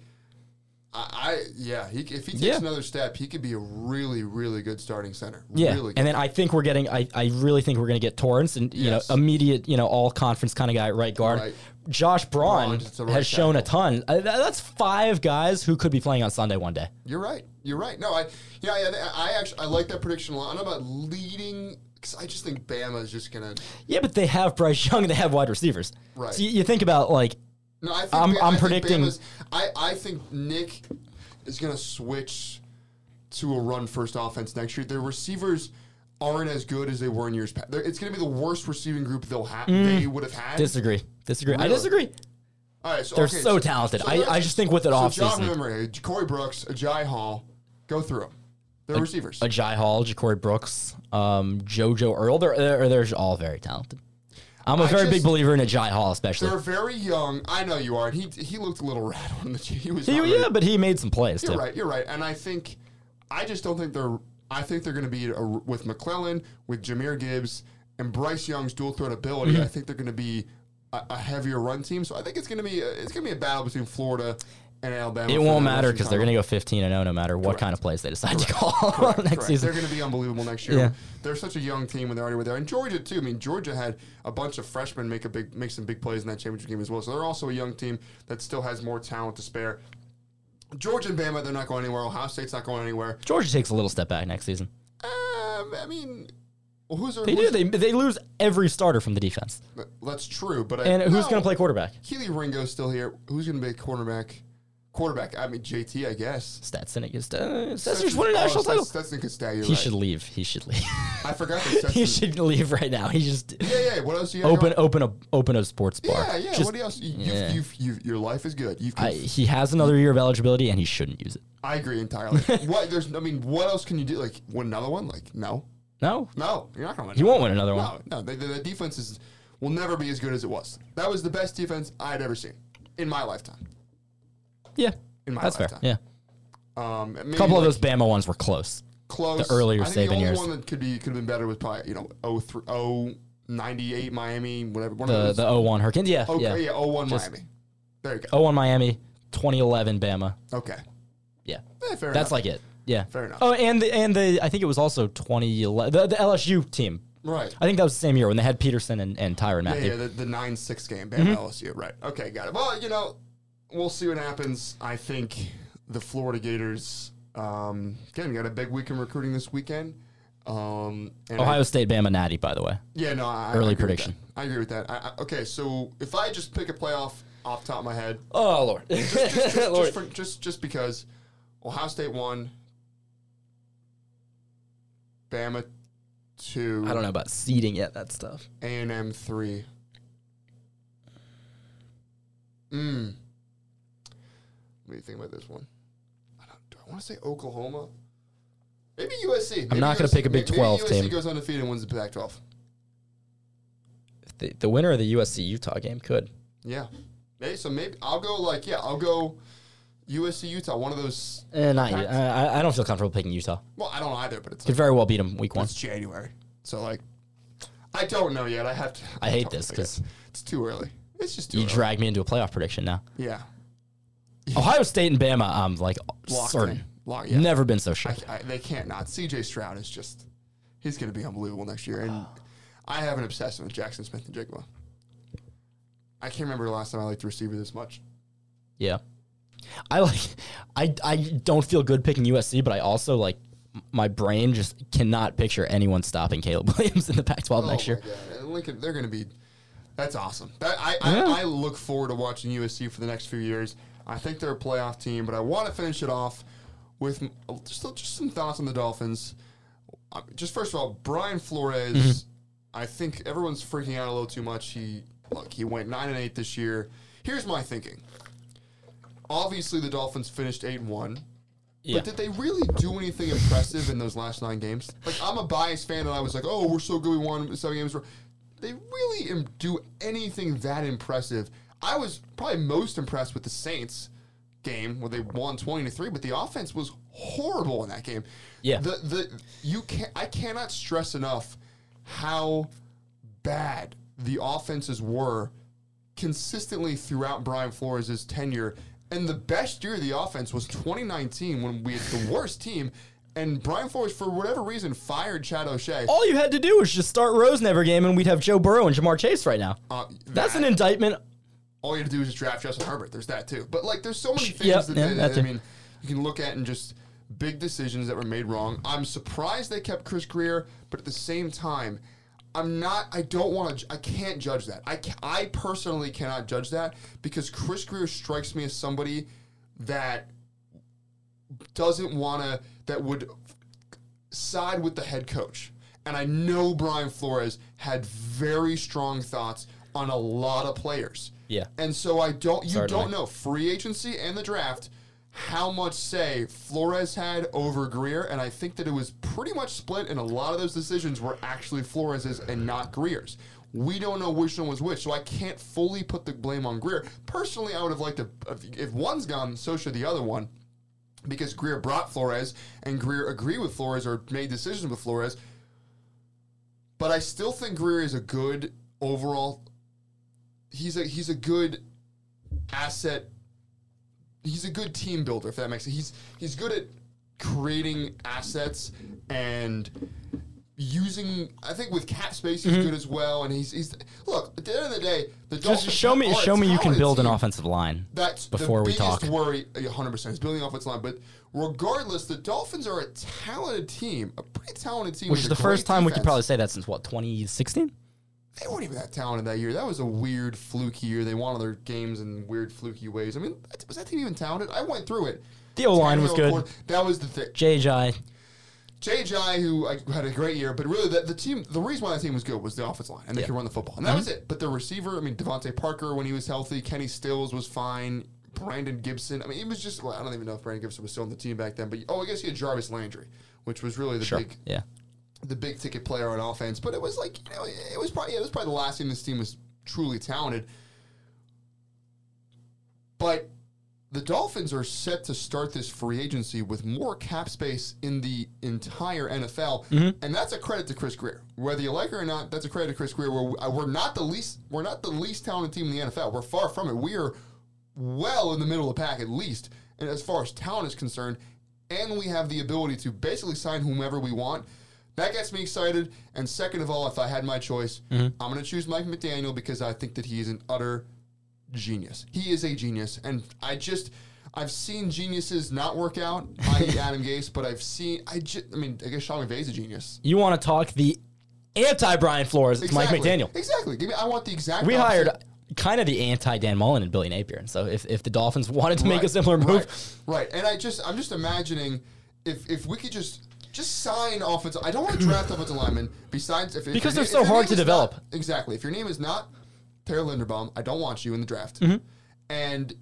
A: I, I yeah, he, if he takes
C: Yeah.
A: another step, he could be a really really good starting center.
C: Yeah,
A: really good.
C: and then I think we're getting. I, I really think we're going to get Torrance and you
A: Yes.
C: know immediate you know all conference kind of guy at right guard.
A: Right.
C: Josh Braun,
A: Braun, it's a right
C: has shown a ton. Uh, tha- that's five guys who could be playing on Sunday one day.
A: You're right. You're right. No, I yeah, I, I actually I like that prediction a lot. I don't know about leading because I just think Bama is just gonna.
C: Yeah, but they have Bryce Young. They have wide receivers.
A: Right.
C: So you, you think about like
A: No, I think
C: I'm-
A: Ba-
C: I'm
A: I think
C: predicting-
A: Bama's- I I think Nick is gonna switch to a run first offense next year. Their receivers aren't as good as they were in years past. They're- It's gonna be the worst receiving group they'll have. They would have had.
C: Mm. disagree, disagree. I
A: Really?
C: disagree.
A: All right, so,
C: They're
A: okay,
C: so talented. I-
A: let's-
C: I just think with an
A: so
C: off
A: John
C: season-
A: Memory, Corey Brooks, Ajay Hall, go through them. They're receivers.
C: Ajay Hall, Ja'Cory Brooks, um, JoJo Earl. They're, they're, they're all very talented. I'm a
A: I
C: very
A: just-
C: big believer in Ajay Hall, especially.
A: They're very young. I know you are. And he he looked a little rattled. In the, he was.
C: He-
A: not ready.
C: yeah, but he made some plays
A: You're
C: too.
A: right. You're right. And I think, I just don't think they're. I think they're going to be a, with McClellan, with Jameer Gibbs, and Bryce Young's dual threat ability.
C: Mm-hmm.
A: I think they're going to be a, a heavier run team. So I think it's going to be a, it's going to be a battle between Florida and Alabama.
C: It
A: for
C: won't
A: the
C: matter
A: rest
C: because
A: of
C: they're
A: the
C: going to
A: time.
C: go 15 and 0 no matter what kind of plays they decide to call next
A: Correct.
C: season.
A: They're going to be unbelievable next year.
C: Yeah.
A: They're such a young team when they're already where they are. And Georgia too. I mean, Georgia had a bunch of freshmen make a big make some big plays in that championship game as well. So they're also a young team that still has more talent to spare. Georgia and Bama, they're not going anywhere. Ohio State's not going anywhere.
C: Georgia takes a little step back next season.
A: Um, I mean, well, who's their,
C: They do.
A: who's-
C: They, they lose every starter from the defense.
A: That's true, but I,
C: And who's
A: no.
C: going to play quarterback?
A: Keely Ringo's still here. Who's going to be quarterback? Quarterback. I mean, JT, I guess.
C: Stetson against uh, Stetson just won a national
A: oh,
C: title.
A: Stetson Costello. you're
C: He
A: right.
C: should leave. He should leave.
A: I forgot that
C: he
A: Stetson.
C: should leave right now. He just
A: yeah, yeah. What else? do You got
C: open
A: going?
C: open a open a sports bar.
A: Yeah, yeah.
C: Just-
A: what else? You, you've-
C: yeah.
A: you've- you've- your life is good. You've,
C: I, he has another year of eligibility, and he shouldn't use it.
A: I agree entirely. what? There's. I mean, what else can you do? Like, win another one? Like, no,
C: No,
A: no. You're not going to win.
C: he
A: another
C: won't win another one.
A: No, no. The, the, the defense is will never be as good as it was. That was the best defense I'd ever seen in my lifetime.
C: Yeah,
A: In my
C: that's
A: lifetime.
C: fair. Yeah,
A: Um,
C: a
A: maybe
C: couple of
A: like
C: those Bama ones were close.
A: close.
C: the earlier
A: I think
C: Saban
A: the only
C: years.
A: one that could be could have been better was probably you know 03, 098 Miami, whatever. One
C: The
A: of those.
C: the 01 Hurricanes. Yeah,
A: okay,
C: yeah.
A: yeah, 01
C: Just-
A: Miami. There you go.
C: 01 Miami, 2011 Bama.
A: Okay,
C: Yeah,
A: Eh, fair
C: that's
A: enough.
C: like it. Yeah,
A: Fair enough.
C: Oh, and the and the I think it was also 2011 the, the LSU team.
A: right.
C: I think that was the same year when they had Peterson and, and Tyron
A: Yeah,
C: Matthew. Mm-hmm.
A: yeah, the, the nine six game, Bama LSU, right? Okay, got it. Well, you know, we'll see what happens. I think the Florida Gators um, again got a big week in recruiting this weekend. Um, and I-
C: Ohio State Bama Natty, by the way.
A: yeah, no, I, I
C: Early
A: agree with
C: prediction.
A: that. I agree with that. I, I, okay, so if I just pick a playoff off the top of my head,
C: Oh Lord,
A: just,
C: Lord.
A: just, for, just just because Ohio State won, Bama two,
C: I don't know about seeding yet. That stuff.
A: A and M three. Mm. What do you think about this one? I don't, do I want to say Oklahoma? Maybe USC. Maybe
C: not gonna
A: USC
C: pick a Big
A: maybe
C: 12
A: USC
C: team.
A: goes undefeated and wins the Pac-12.
C: The, the winner of the USC Utah game could.
A: Yeah. Hey, so maybe I'll go like yeah, I'll go USC Utah. One of those.
C: Eh, not yet. I, I- I don't feel comfortable picking Utah.
A: Well, I don't either, but it's
C: Could
A: like,
C: very well beat them week one.
A: it's January, so like I don't know yet. I have to.
C: I hate
A: don't
C: this
A: know
C: 'cause
A: yet. it's too early. It's just too
C: You
A: early.
C: drag me into a playoff prediction now.
A: yeah.
C: Ohio State and Bama, I'm like
A: Locked
C: certain.
A: in. Lock- Oh, yeah.
C: Never been so sure.
A: I, I, they can't not. CJ Stroud is just, he's going to be unbelievable next year. And I have an obsession with Jackson Smith and Jigma. I can't remember the last time I liked a receiver this much.
C: Yeah. I like I I don't feel good picking USC, but I also like m- my brain just cannot picture anyone stopping Caleb Williams in the Pac-12
A: Oh
C: next
A: my
C: year.
A: God. And Lincoln, they're going to be, that's awesome. That, I, I, I look forward to watching USC for the next few years. I think they're a playoff team, but I want to finish it off with m- oh, just, just some thoughts on the Dolphins. Uh, Just first of all, Brian Flores,
C: Mm-hmm.
A: I think everyone's freaking out a little too much. He look, he went nine and eight this year. Here's my thinking. Obviously, the Dolphins finished eight and one.
C: Yeah.
A: But did they really do anything impressive in those last nine games? Like, I'm a biased fan, and I was like, oh, we're so good, we won seven games. They really im- do anything that impressive. I was probably most impressed with the Saints game where they won 20 to 3 but the offense was horrible in that game
C: Yeah.
A: the the you can i cannot stress enough how bad the offenses were consistently throughout Brian Flores' tenure. And the best year of the offense was 2019 when we had the worst team. And Brian Flores, for whatever reason, fired Chad O'Shea.
C: All you had to do was just start Rosen every game and we'd have Joe Burrow and Jamar Chase right now.
A: Uh,
C: That's
A: that-
C: an indictment.
A: all you have to do is just draft Justin Herbert. There's that too. But like, there's so many things
C: Yep,
A: that,
C: yeah,
A: that-
C: that
A: I
C: too.
A: mean, you can look at and just big decisions that were made wrong. I'm surprised they kept Chris Greer, but at the same time, I'm not. I don't want to. I can't judge that. I ca I personally cannot judge that because Chris Greer strikes me as somebody that doesn't want to. That would side with the head coach. And I know Brian Flores had very strong thoughts on a lot of players.
C: Yeah.
A: And so I don't you
C: Certainly.
A: don't know free agency and the draft how much say Flores had over Greer and I think that it was pretty much split and a lot of those decisions were actually Flores's and not Greer's. We don't know which one was which, so I can't fully put the blame on Greer. Personally, I would have liked to if- if one's gone, so should the other one because Greer brought Flores and Greer agreed with Flores or made decisions with Flores. But I still think Greer is a good overall. He's a he's a good asset. he's a good team builder. If that makes sense, he's he's good at creating assets and using. I think with cap space, he's good as well. And he's he's look at the end of the day. The
C: Mm-hmm. Just
A: Dolphins
C: show me,
A: are a
C: show me you can
A: talented
C: build an
A: team.
C: offensive line.
A: That's
C: before
A: the
C: we
A: biggest
C: talk.
A: worry, 100 percent is building the offensive line. But regardless, the Dolphins are a talented team, a pretty talented team.
C: Which is
A: with a
C: the first
A: great
C: time we could
A: defense.
C: probably say that since what 2016.
A: they weren't even that talented that year. That was a weird, fluky year. They won other games in weird, fluky ways. I mean, that- was that team even talented? I went through it.
C: The O-line was good.
A: That was the thing.
C: JJ,
A: JJ, who I, had a great year, but really the, the team, the reason why that team was good was the offensive line, and they could run the football, and that
C: Mm-hmm.
A: was it. But the receiver, I mean, Devontae Parker when he was healthy, Kenny Stills was fine. Brandon Gibson, I mean, it was just well, I don't even know if Brandon Gibson was still on the team back then, but oh, I guess he had Jarvis Landry, which was really the big
C: yeah,
A: the big ticket player on offense, but it was like you know it was probably yeah, it was probably the last team this team was truly talented. But the Dolphins are set to start this free agency with more cap space in the entire NFL, and that's a credit to Chris Greer. Whether you like it or not, that's a credit to Chris Greer. We're, uh, we're not the least we're not the least talented team in the NFL. We're far from it. We are well in the middle of the pack at least, and as far as talent is concerned, and we have the ability to basically sign whomever we want. That gets me excited. And second of all, if I had my choice, I'm going to choose Mike McDaniel because I think that he is an utter genius. He is a genius, and I just I've seen geniuses not work out, i.e. Adam Gase, but I've seen I just I mean I guess Sean McVay is a genius.
C: you want to talk the anti Brian Flores? It's Mike
A: Exactly.
C: McDaniel.
A: Exactly. Give me. I want the exact.
C: We
A: opposite.
C: hired kind of the anti Dan Mullen and Billy Napier. And so if, if the Dolphins wanted to make a similar move,
A: Right. right. And I just I'm just imagining if if we could just just sign offensive. I don't want to draft offensive linemen. Besides, if, if
C: Because they're
A: your na-
C: so
A: if your
C: hard
A: name
C: to
A: is
C: develop.
A: not- exactly. If your name is not Taylor Linderbaum, I don't want you in the draft.
C: Mm-hmm.
A: And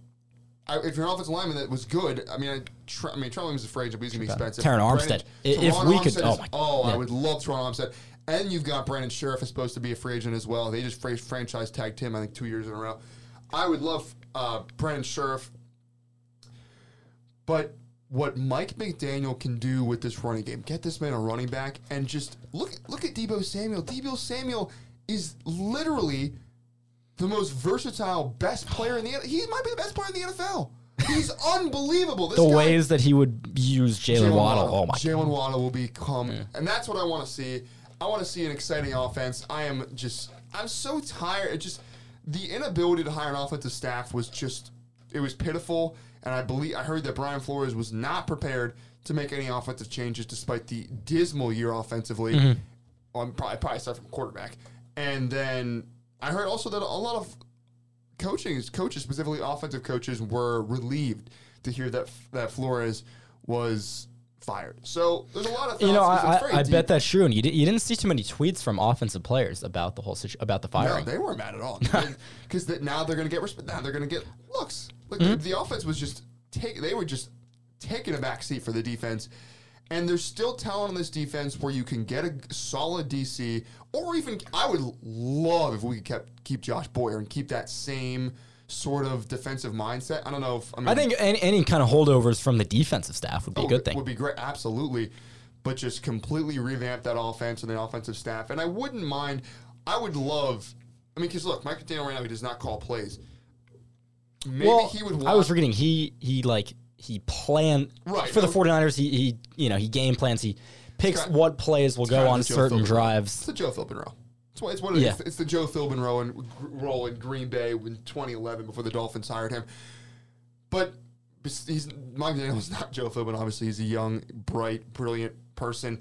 A: I, if you're an offensive lineman that was good, I mean, I, tr- I mean, Trent Williams is free agent, but he's gonna be expensive.
C: Terron
A: Brandon-
C: Armstead. I- if
A: Teron
C: we could-
A: Armstead
C: oh
A: is-
C: my-
A: oh, I
C: yeah.
A: would love Toronto Armstead. And you've got Brandon Sheriff is supposed to be a free agent as well. They just fra- franchise tagged him, I think, two years in a row. I would love uh, Brandon Sheriff. But what Mike McDaniel can do with this running game, get this man a running back, and just look look at Debo Samuel. Debo Samuel is literally the most versatile, best player in the. He might be the best player in the NFL. He's unbelievable. This
C: the
A: guy-
C: ways that he would use Jalen Waddle. Oh my
A: Jalen Waddle will become, and that's what I want to see. I want to see an exciting offense. I am just, I'm so tired. It just, the inability to hire an offensive staff was just, it was pitiful. And I believe I heard that Brian Flores was not prepared to make any offensive changes, despite the dismal year offensively. Well, I'm probably probably start from quarterback, and then I heard also that a lot of coaching coaches specifically offensive coaches were relieved to hear that that Flores was fired. So there's a lot of
C: You know,
A: thoughts.
C: I,
A: It's very
C: I, I
A: deep.
C: bet that's true, and you, di- you didn't see too many tweets from offensive players about the whole situ- about the
A: no,
C: firing.
A: they weren't mad at all because now they're going to get respect. Now they're going to get looks. Like
C: Mm-hmm.
A: the, the offense was just take. They were just taking a back seat for the defense. And there's still talent on this defense where you can get a g- solid DC, or even I would love if we could kept keep Josh Boyer and keep that same sort of defensive mindset. I don't know if I mean
C: I think any, any kind of holdovers from the defensive staff would be a good thing.
A: Oh, Would be great, absolutely. But just completely revamp that offense and the offensive staff. And I wouldn't mind. I would love. I mean, because look, Mike McDaniel right now he does not call plays. Maybe
C: well,
A: he would. Want,
C: I was forgetting he he like he planned
A: Right.
C: for the 49ers. He, he you know he game plans. He picks
A: kind-
C: what plays will go
A: kind of
C: on
A: the Joe
C: certain
A: Philbin. It's
C: drives.
A: the Joe Philbin role. It's what it's what it is.
C: Yeah.
A: It's, the Joe Philbin role in, role in Green Bay in 2011 before the Dolphins hired him. But he's Mike McDaniel's not Joe Philbin. Obviously, he's a young, bright, brilliant person.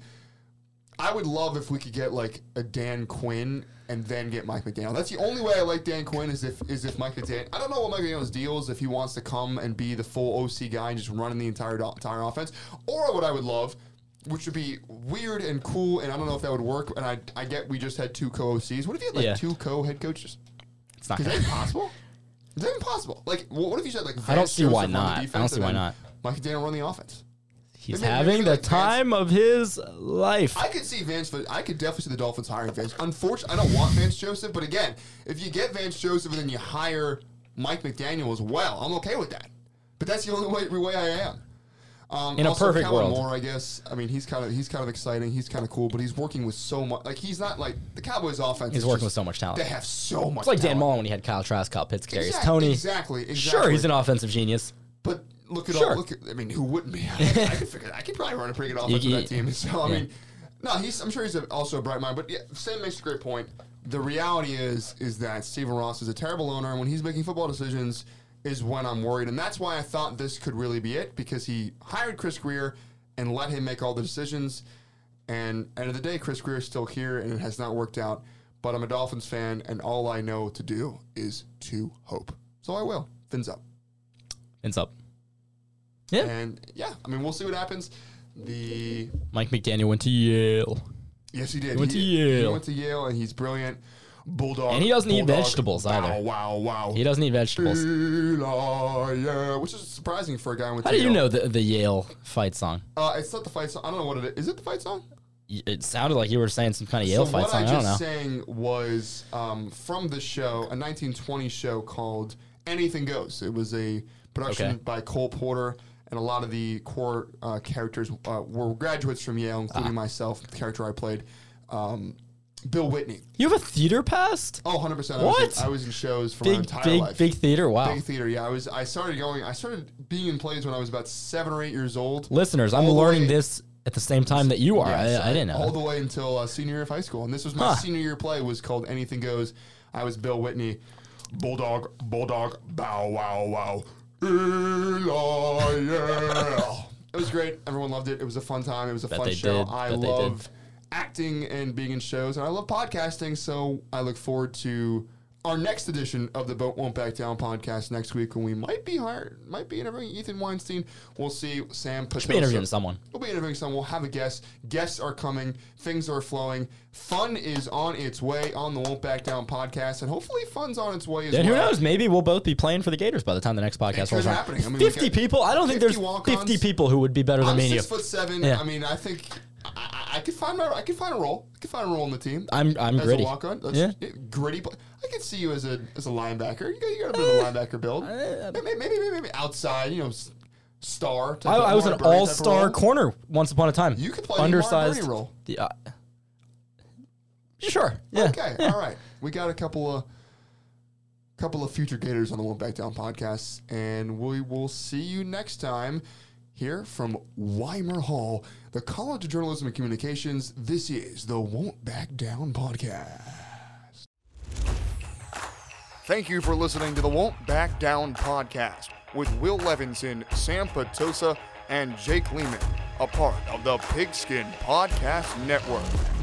A: I would love if we could get like a Dan Quinn and then get Mike McDaniel. That's the only way I like Dan Quinn is if is if Mike McDaniel. I don't know what Mike McDaniel's deal is if he wants to come and be the full OC guy and just running the entire do- entire offense. Or what I would love, which would be weird and cool, and I don't know if that would work. And I I get we just had two co OCs. What if you had like
C: Yeah.
A: two co head coaches?
C: It's not
A: Is
C: gonna
A: that possible? Is that impossible? Like, what what if you said like
C: I don't
A: Vance
C: see why
A: Joseph run the
C: not. I don't
A: defense
C: see
A: and
C: why
A: then
C: not.
A: Mike McDaniel run the offense.
C: He's
A: Maybe-
C: having
A: maybe
C: the
A: like Vance-
C: time of his life.
A: I could see Vance. I could definitely see the Dolphins hiring Vance. Unfortunately, I don't want Vance Joseph, but again, if you get Vance Joseph and then you hire Mike McDaniel as well, I'm okay with that. But that's the only way, way I am. Um,
C: In a perfect
A: Kellen
C: world.
A: Moore, I guess. I mean, he's kind of he's kind of exciting. He's kind of cool, but he's working with so much. Like he's not like the Cowboys' offense.
C: He's
A: is
C: working
A: just-
C: with so much talent.
A: They have so much.
C: It's like Dan
A: talent.
C: Mullen when he had Kyle Trask, Kyle Pitts, Kadarius
A: Exact-
C: Tony.
A: Exactly. Exactly.
C: Sure, he's an offensive genius.
A: But look at
C: Sure.
A: all. Look at, I mean, who wouldn't be? I, could- I could figure. I could probably run a pretty good offense
C: You-
A: with
C: you-
A: that team. So I
C: yeah.
A: mean, no, he's. I'm sure he's a, also a bright mind. But yeah, Sam makes a great point. The reality is, is that Steven Ross is a terrible owner, and when he's making football decisions, is when I'm worried, and that's why I thought this could really be it because he hired Chris Greer and let him make all the decisions. And end of the day, Chris Greer is still here, and it has not worked out. But I'm a Dolphins fan, and all I know to do is to hope. So I will. Fins up.
C: Fins up. Yeah.
A: And yeah, I mean, we'll see what happens. The
C: Mike McDaniel went to Yale.
A: yes, he did.
C: Went to
A: he, He
C: Yale.
A: went to Yale, and he's brilliant. Bulldog,
C: And he doesn't eat
A: bulldog.
C: vegetables either.
A: Wow, wow, wow.
C: He doesn't eat vegetables.
A: Eli, yeah, which is surprising for a guy with.
C: How do you know the, the Yale fight song?
A: Uh, it's not the fight song. I don't know what it is. Is it the fight song?
C: Y- It sounded like you were saying some kind of Yale
A: so
C: fight
A: what
C: song.
A: I
C: I,
A: just
C: don't know.
A: sang was um, from the show, a 1920 show called Anything Goes. It was a production
C: Okay.
A: by Cole Porter, and a lot of the core uh, characters uh, were graduates from Yale, including
C: Ah.
A: myself, the character I played, um, Bill Whitney.
C: you have a theater past?
A: Oh, 100%. I was
C: What?
A: in, I was in shows for my
C: big,
A: entire
C: big,
A: life.
C: big theater. Wow.
A: Big theater, yeah. I was. I started going. I started being in plays when I was about seven or eight years old.
C: Listeners, I'm
A: All the
C: learning
A: way-
C: this at the same time that you are.
A: Yes,
C: I, I didn't
A: All
C: know.
A: the way until uh, senior year of high school, and this was my
C: Huh.
A: senior year play was called Anything Goes. I was Bill Whitney, bulldog, bulldog, bow wow wow, Eli, yeah. it was great. Everyone loved it. It was a fun time. It was a fun
C: they
A: show.
C: did.
A: I
C: Bet they did.
A: love acting and being in shows, and I love podcasting. So I look forward to. Our next edition of the Boat Won't Back Down podcast next week, when we might be hired, might be interviewing Ethan Weinstein. We'll see. Sam Patosa.
C: should be interviewing someone.
A: We'll be interviewing someone. We'll have a guest. Guests are coming. Things are flowing. Fun is on its way on the Won't Back Down podcast, and hopefully, fun's on its way as
C: And who
A: well.
C: knows? Maybe we'll both be playing for the Gators by the time the next
A: It
C: podcast
A: could
C: rolls around.
A: happening. I mean, we
C: fifty
A: got
C: people. I don't think there's
A: 50 walk-ons.
C: fifty people who would be better than
A: I'm
C: me and you.
A: six foot seven.
C: Yeah.
A: I mean, I think I, I, I could find my I could find a role. I could find a role in the team.
C: I'm- I'm
A: as
C: gritty.
A: A walk on.
C: Yeah.
A: gritty. but I could see you as a as a linebacker. You got you got a bit
C: Eh.
A: of a linebacker build. Maybe maybe maybe, maybe outside. You know, s- star. Type
C: I,
A: of
C: I was an
A: Warren Burton type of
C: all-star
A: role.
C: corner once upon a time.
A: You could play the Warren Birdie role.
C: The, uh, sure. Yeah.
A: Okay, all right. We got a couple of couple of future Gators on the One Back Down podcast, and we will see you next time here from Weimer Hall, the College of Journalism and Communications. This is the Won't Back Down podcast. Thank you for listening to the Won't Back Down podcast with Will Levinson, Sam Patosa, and Jake Lehman, a part of the Pigskin Podcast Network.